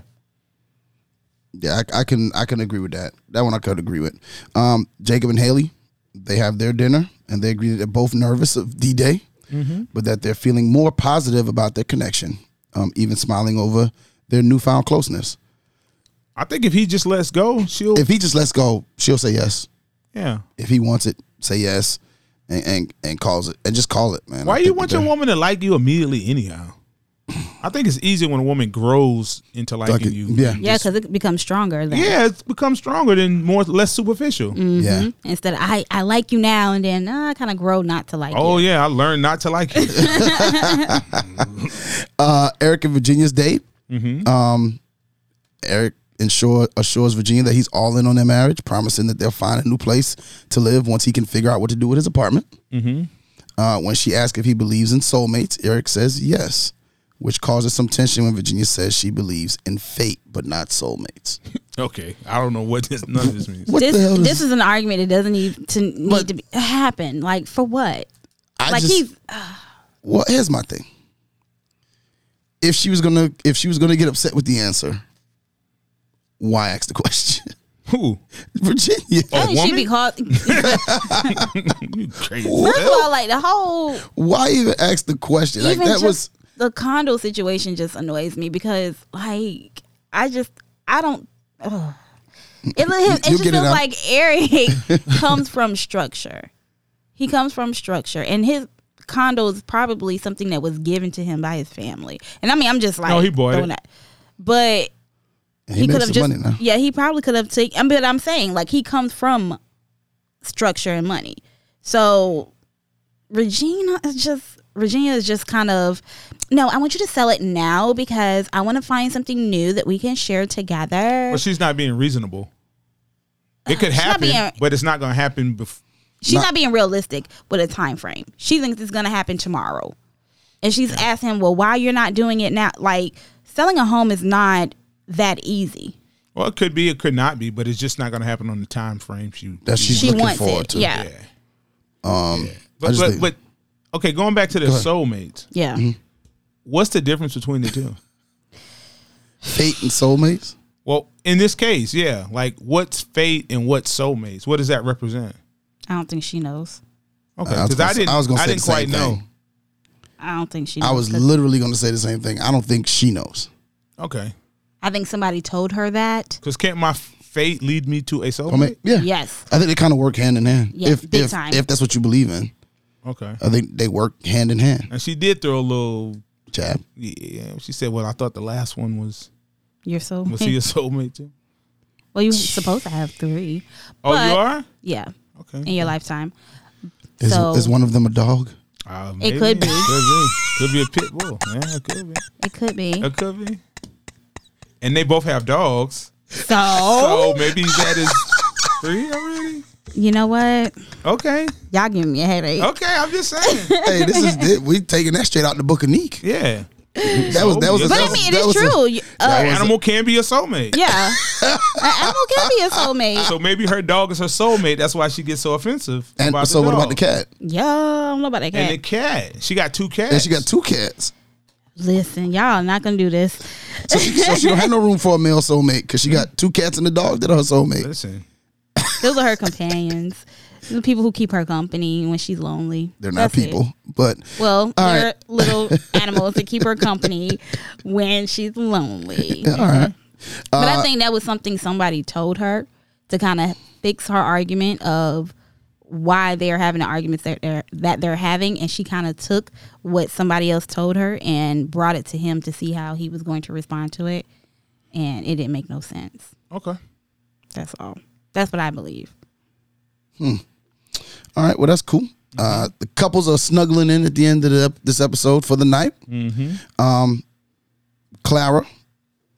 Speaker 1: Yeah, I, I can I can agree with that. That one I could agree with. Um, Jacob and Haley, they have their dinner and they agree that they're both nervous of D Day,
Speaker 7: Mm-hmm.
Speaker 1: but that they're feeling more positive about their connection, um, even smiling over their newfound closeness.
Speaker 7: I think if he just lets go, she'll.
Speaker 1: If he just lets go, she'll say yes.
Speaker 7: yeah.
Speaker 1: If he wants it, say yes, and and, and calls it and just call it, man. I
Speaker 7: Why you
Speaker 1: think
Speaker 7: want
Speaker 1: that
Speaker 7: your
Speaker 1: they're-
Speaker 7: woman to like you immediately anyhow? I think it's easier when a woman grows into liking
Speaker 1: Like it,
Speaker 7: you.
Speaker 1: yeah.
Speaker 8: yeah, because it becomes stronger. Then.
Speaker 7: Yeah, it's become stronger than more less superficial.
Speaker 8: Mm-hmm.
Speaker 1: Yeah,
Speaker 8: Instead, of, I I like you now and then uh, I kind of grow not to like
Speaker 7: Oh
Speaker 8: you.
Speaker 7: yeah, I learned not to like you.
Speaker 1: uh, Eric and Virginia's date. Um, Eric ensure, assures Virginia that he's all in on their marriage, promising that they'll find a new place to live once he can figure out what to do with his apartment. Uh, when she asks if he believes in soulmates, Eric says yes, which causes some tension when Virginia says she believes in fate but not soulmates.
Speaker 7: okay, I don't know what this none of this means.
Speaker 1: What
Speaker 8: This
Speaker 1: the hell?
Speaker 8: this is an argument that doesn't need to need
Speaker 1: But-
Speaker 8: to be, happen. Like for what?
Speaker 1: I
Speaker 8: like
Speaker 1: just-
Speaker 8: he's
Speaker 1: Well, here's my thing. If she was gonna, if she was gonna get upset with the answer, why ask the question?
Speaker 7: Who?
Speaker 1: Virginia.
Speaker 8: I think she be called.
Speaker 7: Crazy.
Speaker 8: First of all, like the whole
Speaker 1: Why even ask the question? Like
Speaker 8: even
Speaker 1: that
Speaker 8: just
Speaker 1: was
Speaker 8: the condo situation just annoys me because like I just I don't. Ugh. It, li- it
Speaker 1: you
Speaker 8: just
Speaker 1: get it
Speaker 8: feels
Speaker 1: out.
Speaker 8: like Eric comes from structure. He comes from structure, and his condo is probably something that was given to him by his family. And I mean, I'm just like,
Speaker 7: he bought
Speaker 8: throwing
Speaker 7: it.
Speaker 8: that. But
Speaker 1: he, makes
Speaker 8: could have
Speaker 1: some
Speaker 8: just
Speaker 1: money now.
Speaker 8: yeah he probably could have taken I mean, but i'm saying like he comes from structure and money so regina is just regina is just kind of no i want you to sell it now because i want to find something new that we can share together
Speaker 7: But she's not being reasonable. It could
Speaker 8: She's
Speaker 7: happen,
Speaker 8: not being-
Speaker 7: but it's not going to happen. Bef-
Speaker 8: she's not, being realistic with a time frame she thinks it's going to happen tomorrow and she's asking him well why you're not doing it now like selling a home is not that easy
Speaker 7: well, it could be, it could not be, but it's just not going to happen on the time frame she
Speaker 1: That she's
Speaker 8: she
Speaker 1: looking
Speaker 8: wants
Speaker 1: forward
Speaker 8: it
Speaker 1: to.
Speaker 8: yeah
Speaker 7: Yeah.
Speaker 1: Um I
Speaker 7: But
Speaker 1: just
Speaker 7: but,
Speaker 1: think-
Speaker 7: but okay, going back to the soulmates,
Speaker 8: yeah
Speaker 1: Mm-hmm.
Speaker 7: what's the difference between the two?
Speaker 1: fate and soulmates.
Speaker 7: Well, in this case, yeah, like what's fate and what's soulmates? What does that represent?
Speaker 8: i don't think she knows
Speaker 7: Okay,
Speaker 1: I was
Speaker 7: because
Speaker 1: gonna
Speaker 7: I,
Speaker 1: say-
Speaker 7: didn't,
Speaker 1: I
Speaker 7: I,
Speaker 1: was gonna say
Speaker 7: didn't
Speaker 1: the
Speaker 7: quite
Speaker 1: same
Speaker 7: know.
Speaker 1: thing.
Speaker 8: i don't think she knows
Speaker 1: I was
Speaker 8: 'cause-
Speaker 1: literally gonna say the same thing. I don't think she knows.
Speaker 7: Okay,
Speaker 8: I think somebody told her that.
Speaker 7: because can't my fate lead me to a
Speaker 1: I mean,
Speaker 7: soulmate?
Speaker 1: yeah.
Speaker 8: Yes.
Speaker 1: I think they kind of work hand in hand.
Speaker 8: Yeah,
Speaker 1: if
Speaker 8: big
Speaker 1: if,
Speaker 8: time.
Speaker 1: if that's what you believe in,
Speaker 7: Okay,
Speaker 1: I think they work hand in hand.
Speaker 7: and she did throw a little.
Speaker 1: Chad,
Speaker 7: Yeah, she said, "Well, I thought the last one was
Speaker 8: You're so
Speaker 7: was he a soulmate too?
Speaker 8: well. You're supposed to have three.
Speaker 7: Oh, you
Speaker 8: But-
Speaker 7: are.
Speaker 8: Yeah, in
Speaker 7: Okay,
Speaker 8: your lifetime.
Speaker 1: is,
Speaker 8: so
Speaker 1: is one of them a dog?
Speaker 7: Uh,
Speaker 8: It could be.
Speaker 7: Could be. Could be a pit bull. Man, it could be.
Speaker 8: it could be.
Speaker 7: It could be. And they both have dogs.
Speaker 8: So
Speaker 1: Oh.
Speaker 7: So maybe he's at his three already.
Speaker 8: you know what?
Speaker 7: Okay.
Speaker 8: Y'all giving me a headache.
Speaker 1: Oh,
Speaker 7: Okay. I'm just saying.
Speaker 1: hey, this is thi- we taking that straight out the book of Neek.
Speaker 7: Yeah.
Speaker 1: That was that was. a-
Speaker 8: But
Speaker 1: that
Speaker 8: I
Speaker 1: was-
Speaker 8: mean, it
Speaker 1: that
Speaker 8: is
Speaker 1: was a-
Speaker 8: true. You- uh,
Speaker 7: An animal can be a soulmate.
Speaker 8: yeah, an animal can be a soulmate.
Speaker 7: So maybe her dog is her soulmate. That's why she gets so offensive.
Speaker 1: and
Speaker 7: about
Speaker 1: so
Speaker 7: the
Speaker 1: what
Speaker 7: dog.
Speaker 1: about the cat?
Speaker 8: Yeah, I don't know about that
Speaker 7: And the
Speaker 8: cat.
Speaker 7: cat. She got two cats.
Speaker 1: And she got two cats,
Speaker 8: Listen, y'all not gonna do this.
Speaker 1: so she, so she don't have no room for a male soulmate because she got two cats and a dog that are her soulmate.
Speaker 7: Listen.
Speaker 8: Those are her companions, the people who keep her company when she's lonely.
Speaker 1: They're not
Speaker 8: That's it.
Speaker 1: people, but
Speaker 8: Well,
Speaker 1: All
Speaker 8: they're
Speaker 1: right.
Speaker 8: little animals to keep her company when she's lonely. But
Speaker 1: Uh,
Speaker 8: I think that was something somebody told her to kind of fix her argument of why they're having the arguments that they're, that they're having. And she kind of took what somebody else told her and brought it to him to see how he was going to respond to it. And it didn't make no sense.
Speaker 7: Okay.
Speaker 8: That's all. That's what I believe.
Speaker 1: All right, well that's cool.
Speaker 8: Mm-hmm.
Speaker 1: Uh, the couples are snuggling in at the end of the, this episode for the night.
Speaker 8: Mm-hmm.
Speaker 1: Um, Clara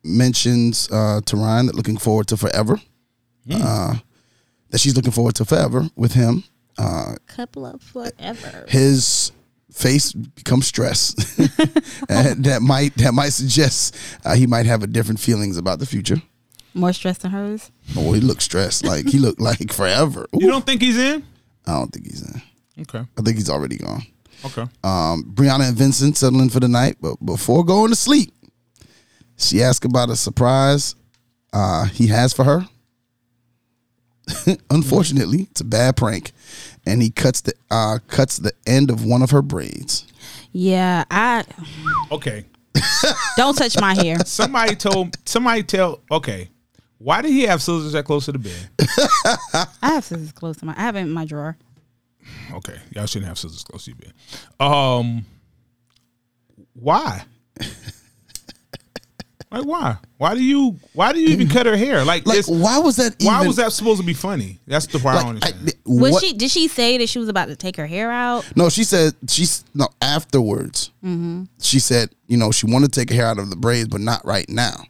Speaker 1: mentions uh, to Ryan that looking forward to forever.
Speaker 8: Mm.
Speaker 1: Uh, that she's looking forward to forever with him. Uh,
Speaker 8: Couple of forever.
Speaker 1: his face becomes stressed, and that might that might suggest uh, he might have a different feelings about the future.
Speaker 8: More stress than hers.
Speaker 1: Oh, he looks stressed. Like he looked like forever. Ooh,
Speaker 7: You don't think he's in?
Speaker 1: I don't think he's in.
Speaker 7: Okay.
Speaker 1: I think he's already gone.
Speaker 7: Okay.
Speaker 1: Um, Brianna and Vincent settling for the night, but before going to sleep, she asked about a surprise uh, he has for her. Unfortunately, it's a bad prank, and he cuts the uh, cuts the end of one of her braids.
Speaker 8: Yeah, I
Speaker 7: Okay.
Speaker 8: don't touch my hair.
Speaker 7: Somebody told somebody tell okay. Why did he have scissors that close to the bed?
Speaker 8: I have scissors close to my. I have it in my drawer.
Speaker 7: Okay, y'all shouldn't have scissors close to your bed. Um, why? like why? Why do you? Why do you even cut her hair? Like,
Speaker 1: Like,
Speaker 7: it's-
Speaker 1: why was that?
Speaker 7: why
Speaker 1: even-
Speaker 7: was that supposed to be funny? That's the part I
Speaker 1: Like,
Speaker 7: don't
Speaker 1: I-
Speaker 7: understand.
Speaker 8: Was
Speaker 1: what-
Speaker 8: she? Did she say that she was about to take her hair out?
Speaker 1: No, she said she's no afterwards. She said you know she wanted to take her hair out of the braids, but not right now.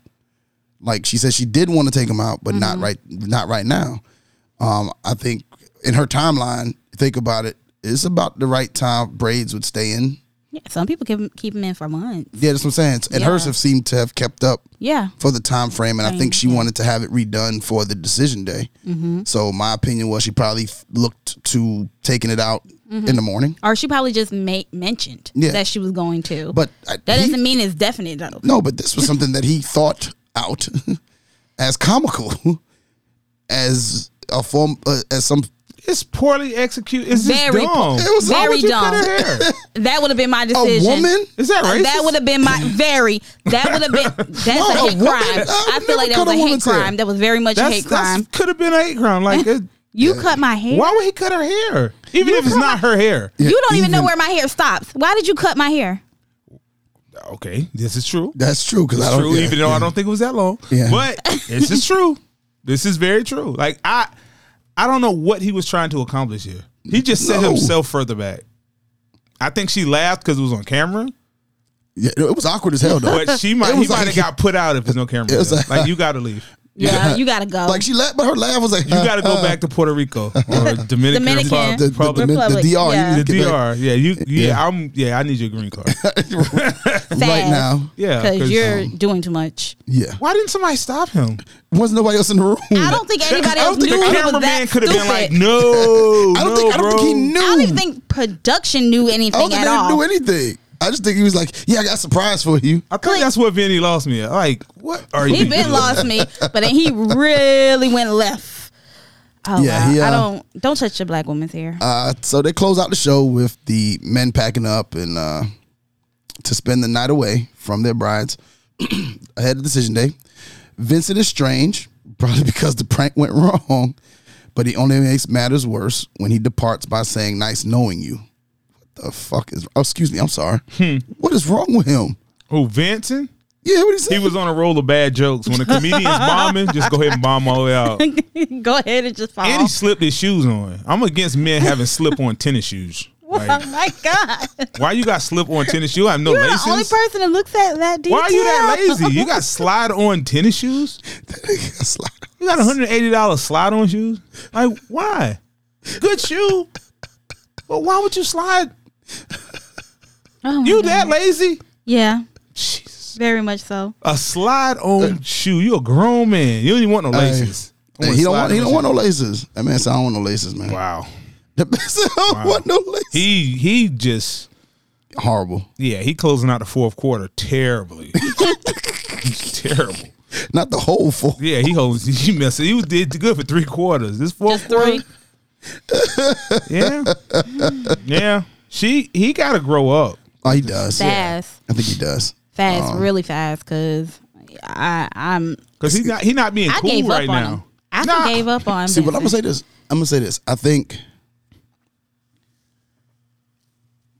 Speaker 1: Like she said, she did want to take them out, but not right, not right now. Um, I think in her timeline, think about it. It's about the right time braids would stay in.
Speaker 8: Yeah, some people keep 'em- keep them in for months.
Speaker 1: Yeah, that's what I'm saying. And hers
Speaker 8: Yeah.
Speaker 1: have seemed to have kept up
Speaker 8: Yeah,
Speaker 1: for the time frame, and I think she
Speaker 8: Mhm.
Speaker 1: wanted to have it redone for the decision day. So my opinion was she probably f- looked to taking it out in the morning.
Speaker 8: or she probably just ma- mentioned
Speaker 1: Yeah.
Speaker 8: that she was going to.
Speaker 1: But I-
Speaker 8: that
Speaker 1: he-
Speaker 8: doesn't mean it's definite though.
Speaker 1: No, but this was something that he thought out as comical. as a form uh, as some.
Speaker 7: It's poorly executed. It's just
Speaker 8: very
Speaker 7: dumb.
Speaker 8: po-
Speaker 7: It was- why
Speaker 8: very
Speaker 7: would you cut
Speaker 8: dumb.
Speaker 7: her
Speaker 8: that would have been my decision.
Speaker 7: woman? Is that
Speaker 8: Uh, that
Speaker 7: racist?
Speaker 8: would have been my very. That would have been that's
Speaker 7: No,
Speaker 8: a
Speaker 7: a
Speaker 8: hate
Speaker 7: woman?
Speaker 8: crime.
Speaker 7: I
Speaker 8: I
Speaker 7: would
Speaker 8: feel
Speaker 7: never
Speaker 8: like that
Speaker 7: cut
Speaker 8: was
Speaker 7: a
Speaker 8: a hate
Speaker 7: woman's hair.
Speaker 8: crime. That was very much a hate crime.
Speaker 7: Could have been a hate crime. Like it,
Speaker 8: You cut my hair.
Speaker 7: Why would he cut her hair? Even if it's not her hair.
Speaker 8: you don't even, know where my hair stops. Why did you cut my hair?
Speaker 7: Okay, this is true.
Speaker 1: That's true because
Speaker 7: It's
Speaker 1: I don't.
Speaker 7: true,
Speaker 1: yeah,
Speaker 7: even though
Speaker 1: yeah.
Speaker 7: I don't think it was that long.
Speaker 1: Yeah.
Speaker 7: But this is true. This is very true. Like I, I don't know what he was trying to accomplish here. He just set
Speaker 1: No.
Speaker 7: himself further back. I think she laughed because it was on camera.
Speaker 1: Yeah, it was awkward as hell though.
Speaker 7: But she might,
Speaker 1: It
Speaker 7: he
Speaker 1: was
Speaker 7: might
Speaker 1: like-
Speaker 7: have got put out if there's no camera.
Speaker 1: It was
Speaker 7: there.
Speaker 1: like-
Speaker 7: like you got to leave.
Speaker 8: Yeah, you gotta go.
Speaker 1: Like she laughed, but her laugh was like
Speaker 7: You got to go back to Puerto Rico or Dominican,
Speaker 8: Dominican.
Speaker 7: Republic.
Speaker 1: Uh, The, the, the,
Speaker 7: Republic.
Speaker 1: the
Speaker 8: Republic,
Speaker 1: DR.
Speaker 8: yeah.
Speaker 1: You
Speaker 7: The
Speaker 1: need to get back
Speaker 7: DR, yeah, you, yeah, I'm, yeah, I need your green card.
Speaker 1: right now.
Speaker 7: Yeah, um,
Speaker 8: because you're doing too much.
Speaker 1: Yeah,
Speaker 7: Why didn't somebody stop him?
Speaker 1: wasn't nobody else in the room.
Speaker 8: I don't think anybody
Speaker 7: I
Speaker 8: else
Speaker 7: don't think
Speaker 8: knew he
Speaker 7: the
Speaker 8: was
Speaker 7: cameraman
Speaker 8: that
Speaker 7: could have been like,
Speaker 8: stupid.
Speaker 7: no,
Speaker 1: I don't
Speaker 7: no,
Speaker 1: think. I don't think he
Speaker 7: bro."
Speaker 1: knew.
Speaker 8: I don't even think production knew
Speaker 7: Oh,
Speaker 1: I don't
Speaker 8: anything
Speaker 1: think
Speaker 8: at
Speaker 1: they
Speaker 8: all.
Speaker 1: knew anything. I just think he was like, "Yeah, I got a surprise for you."
Speaker 7: I think that's what Vinny lost me at. Like, what are you?
Speaker 8: He been lost me, but then he really went left. Oh
Speaker 1: Yeah,
Speaker 8: wow.
Speaker 1: he,
Speaker 8: I
Speaker 1: uh,
Speaker 8: don't don't touch your black woman's hair.
Speaker 1: Uh, so they close out the show with the men packing up and uh, to spend the night away from their brides ahead of decision day. Vincent is strange, probably because the prank went wrong, but he only makes matters worse when he departs by saying, "Nice knowing you." What the fuck is? Oh, excuse me. I'm sorry.
Speaker 7: Hmm.
Speaker 1: What is wrong with him?
Speaker 7: Who Vincent?
Speaker 1: Yeah, what he
Speaker 7: He
Speaker 1: say?
Speaker 7: was on a roll of bad jokes. When a comedian's bombing, just go ahead and bomb all the way out.
Speaker 8: Go ahead and just fall.
Speaker 7: And he slipped his shoes on. I'm against men having slip on tennis shoes.
Speaker 8: oh
Speaker 7: Like,
Speaker 8: my god!
Speaker 7: why you got slip on tennis shoes? I have no
Speaker 8: You're
Speaker 7: laces.
Speaker 8: the only person that looks at that detail.
Speaker 7: why are you that lazy? You got slide on tennis shoes? You got $180 slide on shoes? Like, why? Good shoe. But why would you slide?
Speaker 8: Oh,
Speaker 7: You that lazy?
Speaker 8: yeah,
Speaker 7: Jesus.
Speaker 8: very much so.
Speaker 7: A slide on shoe. You a grown man. You don't even want no laces. I
Speaker 1: Uh, Hey,
Speaker 7: want
Speaker 1: he don't
Speaker 7: slide
Speaker 1: want. He
Speaker 7: on
Speaker 1: don't want no
Speaker 7: shoes.
Speaker 1: laces. That man said, "I don't want no laces, man."
Speaker 7: Wow.
Speaker 1: That man said, "I don't want no laces."
Speaker 7: He he just
Speaker 1: Horrible.
Speaker 7: yeah he closing out the fourth quarter terribly. He's terrible.
Speaker 1: Not the whole four.
Speaker 7: Yeah, he holds. He messed. He did good for three quarters. This fourth
Speaker 8: Just three.
Speaker 7: quarter, yeah, yeah. She he got to grow up.
Speaker 1: Oh, he does.
Speaker 8: Fast,
Speaker 1: I think he does.
Speaker 8: fast, really fast, because I I'm
Speaker 7: Cause he's not he not being
Speaker 8: I
Speaker 7: cool
Speaker 8: gave
Speaker 7: right
Speaker 8: up on
Speaker 7: now.
Speaker 8: him. I
Speaker 7: Nah.
Speaker 8: gave up on.
Speaker 1: See, but I'm gonna
Speaker 8: Vincent.
Speaker 1: say this. I'm gonna say this. I think.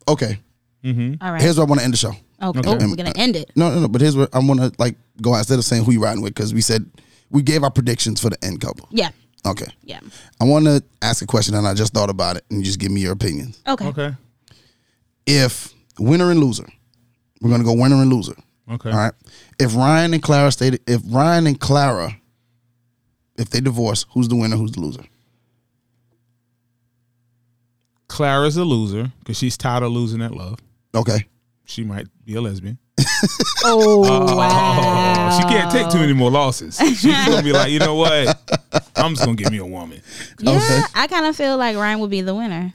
Speaker 1: Okay,
Speaker 8: all right.
Speaker 1: here's where I want to end the show.
Speaker 8: okay, Oh, we're gonna end it.
Speaker 1: No, no, no. But here's where I want to like go out instead of saying who you riding with because we said we gave our predictions for the end couple.
Speaker 8: Yeah,
Speaker 1: Okay,
Speaker 8: yeah.
Speaker 1: I want to ask a question and I just thought about it and you just give me your opinions.
Speaker 8: Okay.
Speaker 7: Okay,
Speaker 1: If winner and loser, we're gonna go winner and loser.
Speaker 7: okay.
Speaker 1: All right. If Ryan and Clara stayed, if Ryan and Clara, if they divorce, who's the winner? Who's the loser?
Speaker 7: Clara's a loser because she's tired of losing that love.
Speaker 1: Okay.
Speaker 7: She might be a lesbian.
Speaker 8: Oh
Speaker 7: Oh,
Speaker 8: wow!
Speaker 7: she can't take too many more losses. She's just gonna be like, you know what? I'm just gonna get me a woman.
Speaker 8: Yeah,
Speaker 1: Okay.
Speaker 8: I kind of feel like Ryan would be the winner.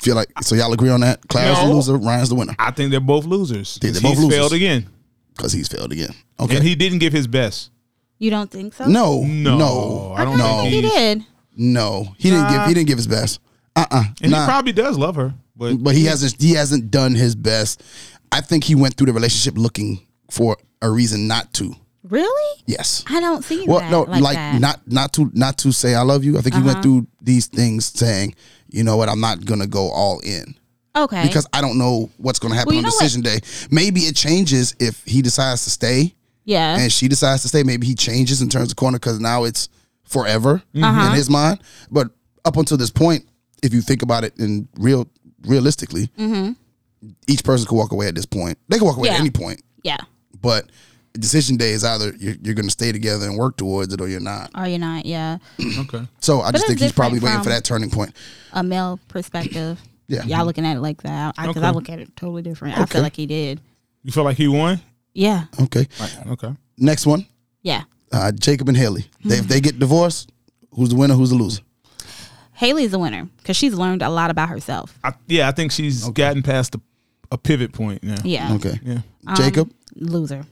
Speaker 1: Feel like so y'all agree on that? Clara's the
Speaker 7: No.
Speaker 1: loser, Ryan's the winner
Speaker 7: I think they're both losers.
Speaker 1: They're
Speaker 7: He's
Speaker 1: both losers.
Speaker 7: failed again,
Speaker 1: because he's failed again. Okay.
Speaker 7: and he didn't give his best.
Speaker 8: You don't think so?
Speaker 1: no, no,
Speaker 7: No,
Speaker 1: no,
Speaker 7: I don't
Speaker 1: no,
Speaker 7: think
Speaker 8: he did.
Speaker 1: He didn't give. He didn't give his best. Uh uh
Speaker 7: And
Speaker 1: Nah.
Speaker 7: he probably does love her, but
Speaker 1: but he hasn't. He hasn't done his best. I think he went through the relationship looking for a reason not to.
Speaker 8: Really?
Speaker 1: Yes.
Speaker 8: I don't see
Speaker 1: Well,
Speaker 8: that.
Speaker 1: no,
Speaker 8: like,
Speaker 1: like,
Speaker 8: that. Uh-huh.
Speaker 1: not not to not to say I love you. I think he went through these things saying, you know what, I'm not gonna go all in
Speaker 8: okay.
Speaker 1: because I don't know what's gonna happen
Speaker 8: you
Speaker 1: on
Speaker 8: know what?
Speaker 1: decision day. Maybe it changes if he decides to stay.
Speaker 8: yeah,
Speaker 1: and she decides to stay. Maybe he changes and turns the corner because now it's forever
Speaker 8: Mm-hmm. Uh-huh.
Speaker 1: in his mind. But up until this point, if you think about it in real realistically, each person could walk away at this point. They could walk away at
Speaker 8: Mm-hmm.
Speaker 1: any
Speaker 8: Yeah.
Speaker 1: point,
Speaker 8: yeah.
Speaker 1: but decision day is either you're, you're going to stay together and work towards it or you're not.
Speaker 8: Are you not? Yeah,
Speaker 7: okay.
Speaker 1: So I just
Speaker 8: it's
Speaker 1: think he's probably
Speaker 8: different
Speaker 1: waiting for
Speaker 8: from-
Speaker 1: that turning point.
Speaker 8: a male perspective.
Speaker 1: Yeah. Mm-hmm.
Speaker 8: y'all looking at it like that. Because I, 'cause I look at it totally different. I
Speaker 1: Okay.
Speaker 8: feel like he did.
Speaker 7: You feel like he won?
Speaker 8: Yeah,
Speaker 1: Okay.
Speaker 7: Okay.
Speaker 1: Next one,
Speaker 8: yeah.
Speaker 1: uh, Jacob and Haley. They, if they
Speaker 8: Mm-hmm.
Speaker 1: get divorced, who's the winner? Who's the loser?
Speaker 8: Haley's the winner because she's learned a lot about herself.
Speaker 7: I, yeah, I think she's gotten past the, a pivot point now.
Speaker 8: Yeah,
Speaker 1: Okay.
Speaker 7: Yeah.
Speaker 1: Jacob.
Speaker 8: loser.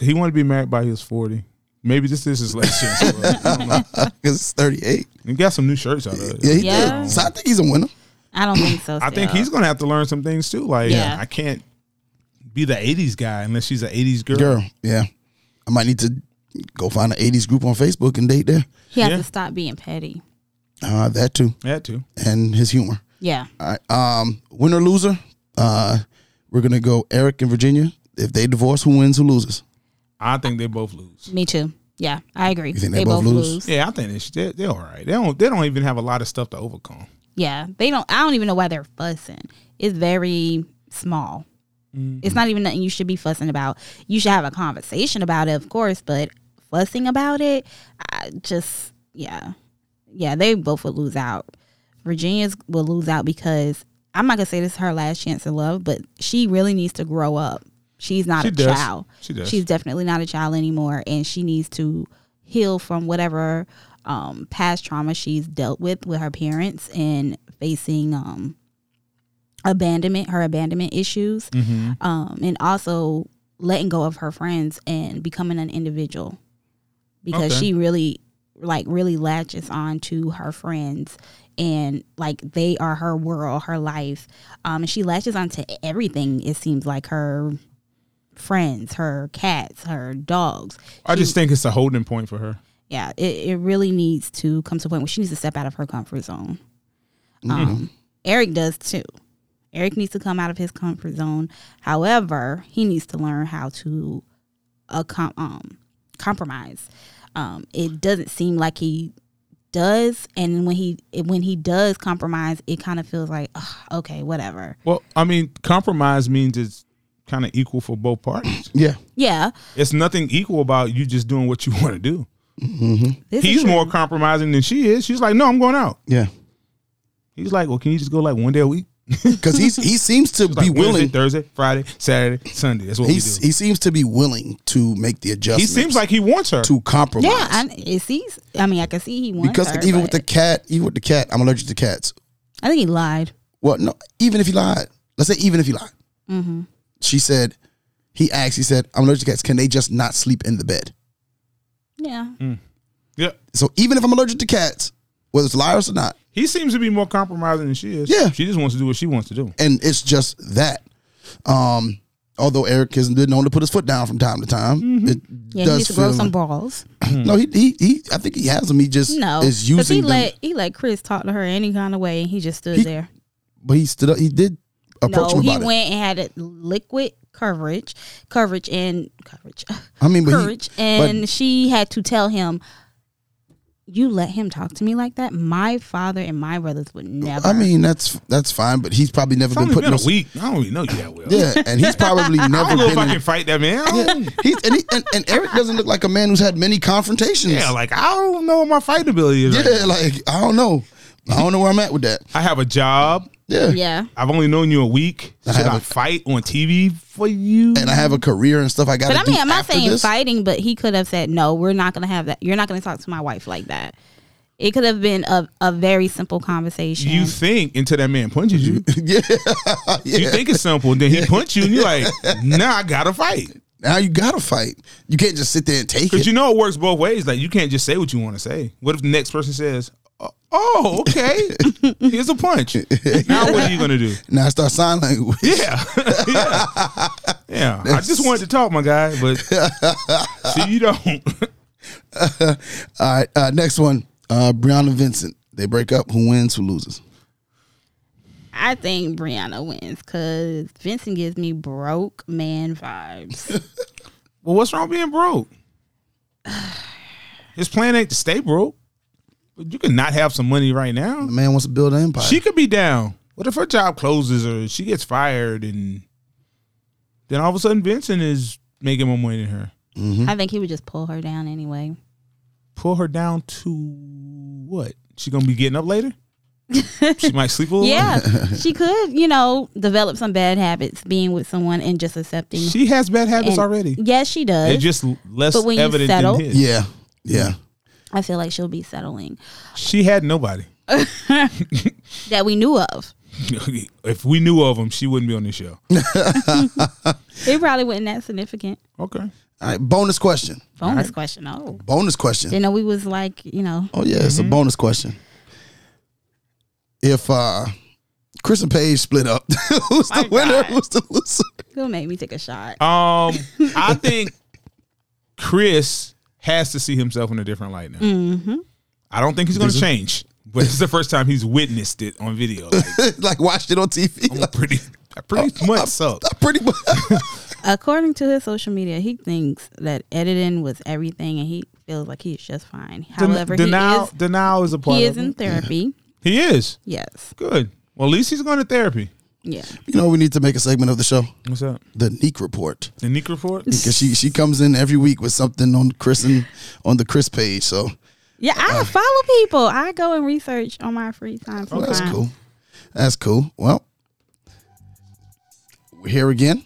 Speaker 7: He wanted to be married by he was 40. Maybe this is his last chance. for us. I don't know.
Speaker 1: It's 38.
Speaker 7: He got some new shirts out of it.
Speaker 1: Yeah, he did. So I think he's a winner.
Speaker 8: I don't think so.
Speaker 7: I think
Speaker 8: still.
Speaker 7: he's gonna have to learn some things too. Like
Speaker 8: Yeah.
Speaker 7: I can't be the '80s guy unless she's an '80s girl.
Speaker 1: Girl, yeah. I might need to go find an 80s group on Facebook and date there.
Speaker 8: He has
Speaker 7: Yeah.
Speaker 8: to stop being petty.
Speaker 1: Uh, that too.
Speaker 7: That too.
Speaker 1: And his humor.
Speaker 8: Yeah.
Speaker 1: All right. Um, winner, loser. Uh, we're going to go Eric and Virginia. If they divorce, who wins, who loses?
Speaker 7: I think they both lose.
Speaker 8: Me too. Yeah, I agree.
Speaker 1: You think they both lose?
Speaker 7: Yeah, I think they should, they're, they're all right. They don't they don't even have a lot of stuff to overcome.
Speaker 8: Yeah, they don't. I don't even know why they're fussing. It's very small. It's not even nothing you should be fussing about. You should have a conversation about it, of course, but fussing about it, I just yeah, yeah. They both would lose out. Virginia's will lose out because I'm not gonna say this is her last chance in love, but she really needs to grow up. She's not
Speaker 7: She
Speaker 8: a
Speaker 7: does.
Speaker 8: child.
Speaker 7: She does.
Speaker 8: She's definitely not a child anymore, and she needs to heal from whatever um, past trauma she's dealt with with her parents and facing um, abandonment, her abandonment issues,
Speaker 12: Mhm.
Speaker 8: um, and also letting go of her friends and becoming an individual because
Speaker 12: Okay.
Speaker 8: she really like really latches on to her friends and like they are her world her life um and she latches on to everything it seems like her friends her cats her dogs
Speaker 7: I just think it's a holding point for her.
Speaker 8: yeah it, it really needs to come to a point where she needs to step out of her comfort zone
Speaker 7: Mm-hmm.
Speaker 8: um eric does too eric needs to come out of his comfort zone however he needs to learn how to a com- um, compromise. Um, it doesn't seem like he does, and when he when he does compromise, it kind of feels like "Ugh, okay, whatever.
Speaker 7: Well, I mean, compromise means it's kind of equal for both parties.
Speaker 1: Yeah.
Speaker 8: Yeah,
Speaker 7: It's nothing equal about you just doing what you want to do.
Speaker 8: This is
Speaker 7: He's more compromising than she is. She's like, no, I'm going out.
Speaker 1: Yeah.
Speaker 7: He's like, well, can you just go like one day a week?
Speaker 1: Because he's he seems to be
Speaker 7: Wednesday,
Speaker 1: willing.
Speaker 7: Thursday, Friday, Saturday, Sunday. That's what
Speaker 1: He's,
Speaker 7: we do.
Speaker 1: he seems to be willing to make the adjustment.
Speaker 7: seems like he wants her
Speaker 1: to compromise.
Speaker 8: yeah. I, it sees. I mean, I can see he wants
Speaker 1: because
Speaker 8: her,
Speaker 1: even
Speaker 8: but
Speaker 1: with the cat, even with the cat, I'm allergic to cats.
Speaker 8: I think he lied.
Speaker 1: Well, no, even if he lied, let's say even if he lied,
Speaker 8: Mm-hmm.
Speaker 1: she said, he asked, he said, I'm allergic to cats. Can they just not sleep in the bed?
Speaker 8: Yeah,
Speaker 7: Mm. Yeah.
Speaker 1: So even if I'm allergic to cats, whether it's liars or not,
Speaker 7: He seems to be more compromising than she is.
Speaker 1: Yeah.
Speaker 7: She just wants to do what she wants to do.
Speaker 1: and it's just that. Um, although Eric has been known to put his foot down from time to time, it
Speaker 8: Mm-hmm. yeah. He
Speaker 1: does
Speaker 8: needs to grow
Speaker 1: feel-
Speaker 8: some balls.
Speaker 1: No, he, he he. I think he has them. He just
Speaker 8: No,
Speaker 1: is
Speaker 8: 'cause
Speaker 1: using
Speaker 8: he
Speaker 1: them.
Speaker 8: let he let Chris talk to her any kind of way, and he just stood
Speaker 1: He
Speaker 8: there.
Speaker 1: but he stood up. He did approach
Speaker 8: No,
Speaker 1: him
Speaker 8: he
Speaker 1: about it.
Speaker 8: went and had a liquid coverage, coverage and coverage.
Speaker 1: I mean, but he-
Speaker 8: courage,
Speaker 1: but-
Speaker 8: and she had to tell him, "You let him talk to me like that. My father and my brothers would never."
Speaker 1: I mean, that's that's fine. But he's probably never
Speaker 7: It's
Speaker 1: been
Speaker 7: only
Speaker 1: put
Speaker 7: been
Speaker 1: in
Speaker 7: a week. I don't even know you that well.
Speaker 1: Yeah, and he's probably
Speaker 7: I
Speaker 1: never
Speaker 7: don't know if
Speaker 1: been.
Speaker 7: I
Speaker 1: in-
Speaker 7: can fight that man. I don't-
Speaker 1: He's, and, he, and, and Eric doesn't look like a man who's had many confrontations.
Speaker 7: Yeah, like I don't know what my fighting ability is. right
Speaker 1: Yeah,
Speaker 7: now.
Speaker 1: like I don't know. I don't know where I'm at with that.
Speaker 7: I have a job.
Speaker 1: Yeah.
Speaker 8: yeah.
Speaker 7: I've only known you a week. Should I,
Speaker 1: have a-
Speaker 7: fight on TV for you?
Speaker 1: And I have a career and stuff I got
Speaker 8: But I
Speaker 1: to do.
Speaker 8: mean, I'm not
Speaker 1: after
Speaker 8: saying
Speaker 1: this.
Speaker 8: fighting, but he could have said, "No, we're not going to have that. You're not going to talk to my wife like that." It could have been a, a very simple conversation.
Speaker 7: You think until that man punches you.
Speaker 1: yeah.
Speaker 7: You think it's simple, then he punch you, and you're like, "Nah, I gotta fight."
Speaker 1: Now you gotta fight. You can't just sit there and take it.
Speaker 7: Because you know it works both ways. Like you can't just say what you want to say. What if the next person says, "Oh, "Oh, okay, here's a punch." Now what are you gonna do?
Speaker 1: now I start sign language.
Speaker 7: Yeah, yeah, yeah. I just wanted to talk, my guy, but see, you don't.
Speaker 1: All right. Uh, next one. Uh, Brianna Vincent. They break up. Who wins? Who loses?
Speaker 8: I think Brianna wins because Vincent gives me broke man vibes.
Speaker 7: Well, what's wrong with being broke? His plan ain't to stay broke. But you can not have some money right now.
Speaker 1: The man wants to build an empire.
Speaker 7: She could be down. What if her job closes or she gets fired and then all of a sudden Vincent is making more money than her?
Speaker 8: I think he would just pull her down anyway.
Speaker 7: Pull her down to what? She gonna be getting up later? she might sleep a little.
Speaker 8: Yeah, she could, you know, develop some bad habits being with someone and just accepting.
Speaker 7: She has bad habits
Speaker 8: And-
Speaker 7: already.
Speaker 8: Yes, she does.
Speaker 7: They're just less
Speaker 8: But when you
Speaker 7: evident
Speaker 8: settle-
Speaker 7: than his.
Speaker 1: yeah. Yeah.
Speaker 8: I feel like she'll be settling
Speaker 7: She had nobody.
Speaker 8: that we knew of.
Speaker 7: if we knew of him, she wouldn't be on this show.
Speaker 8: It probably wasn't that significant.
Speaker 7: Okay.
Speaker 1: All right, bonus question.
Speaker 8: Bonus question. Oh.
Speaker 1: Bonus question.
Speaker 8: Didn't know we was like, you know.
Speaker 1: Oh yeah, it's a bonus question. If uh Chris and Paige split up, who's the winner? Who's the loser?
Speaker 8: It'll make me take a shot.
Speaker 7: Um, I think Chris has to see himself in a different light now.
Speaker 8: Mm-hmm.
Speaker 7: I don't think he's going
Speaker 1: This
Speaker 7: to
Speaker 1: is-
Speaker 7: change, but it's the first time he's witnessed it on video. Like,
Speaker 1: like watched it on TV.
Speaker 7: I'm pretty, pretty much so.
Speaker 1: pretty much.
Speaker 8: According to his social media, he thinks that editing was everything, and he feels like he's just fine. However,
Speaker 7: denial,
Speaker 8: he is
Speaker 7: denial is a part.
Speaker 8: he
Speaker 7: of
Speaker 8: is in
Speaker 7: it.
Speaker 8: therapy.
Speaker 7: He is.
Speaker 8: Yes.
Speaker 7: Good. Well, at least he's going to therapy.
Speaker 8: Yeah.
Speaker 1: You know, we need to make a segment of the show.
Speaker 7: What's up?
Speaker 1: The Neek Report.
Speaker 7: The Neek Report?
Speaker 1: Because she she comes in every week with something on Chris and on the Chris page. So
Speaker 8: Yeah,
Speaker 1: Ah.
Speaker 8: I follow people. I go and research on my free
Speaker 1: well,
Speaker 8: time. Sometimes.
Speaker 1: that's cool. That's cool. Well, we're here again.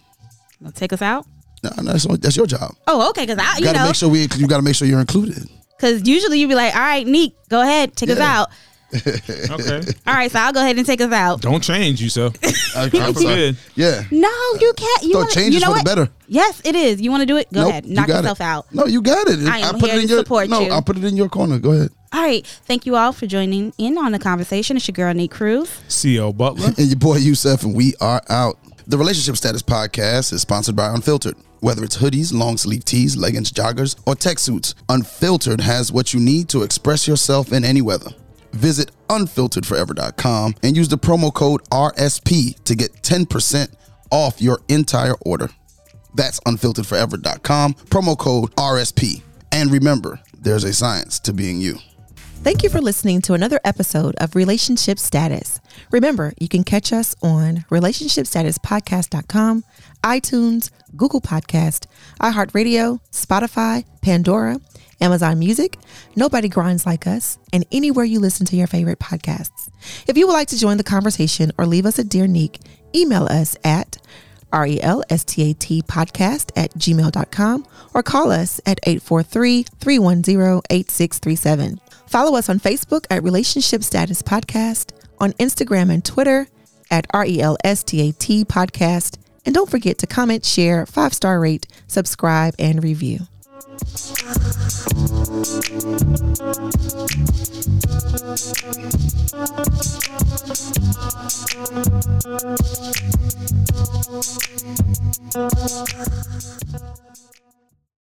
Speaker 8: Well, Take us out.
Speaker 1: No, no, that's, that's your job.
Speaker 8: Oh, okay. Because I,
Speaker 1: You
Speaker 8: you
Speaker 1: gotta
Speaker 8: know,
Speaker 1: make sure we. You gotta make sure you're included.
Speaker 8: because usually you be like, all right, Neek, go ahead, take us
Speaker 1: Yeah.
Speaker 8: out.
Speaker 7: Okay.
Speaker 8: All right, so I'll go ahead and take us out.
Speaker 7: Don't change yourself.
Speaker 1: I'm sorry. Yeah.
Speaker 8: No, you can't. You
Speaker 1: No,
Speaker 8: wanna,
Speaker 1: change
Speaker 8: you
Speaker 1: is
Speaker 8: know
Speaker 1: for the
Speaker 8: what?
Speaker 1: better.
Speaker 8: Yes, it is. You want to do it? Go
Speaker 1: Nope,
Speaker 8: ahead.
Speaker 1: you
Speaker 8: Knock
Speaker 1: got it.
Speaker 8: yourself out.
Speaker 1: No, you got it.
Speaker 8: I am
Speaker 1: put
Speaker 8: here
Speaker 1: it in
Speaker 8: to
Speaker 1: your,
Speaker 8: support
Speaker 1: no,
Speaker 8: you.
Speaker 1: I'll put it in your corner. Go ahead.
Speaker 8: All right. Thank you all for joining in on the conversation. It's your girl, Neek Cruz.
Speaker 7: C.O. Butler.
Speaker 1: and your boy Youssef, and we are out. The Relationship Status Podcast is sponsored by Unfiltered. Whether it's hoodies, long sleeve tees, leggings, joggers, or tech suits, Unfiltered has what you need to express yourself in any weather. Visit unfilteredforever.com and use the promo code RSP to get 10% off your entire order. That's unfilteredforever.com, promo code RSP. And remember, there's a science to being you.
Speaker 12: Thank you for listening to another episode of Relationship Status. Remember, you can catch us on relationshipstatuspodcast.com, iTunes, Google Podcast, iHeartRadio, Spotify, Pandora, Amazon Music, Nobody Grinds Like Us, and anywhere you listen to your favorite podcasts. If you would like to join the conversation or leave us a dear nick, email us at R E L S T A T podcast at gmail.com or call us at 843 310 8637. Follow us on Facebook at Relationship Status Podcast, on Instagram and Twitter at R E L S T A T podcast. And don't forget to comment, share, five star rate, subscribe, and review.
Speaker 11: Thank you.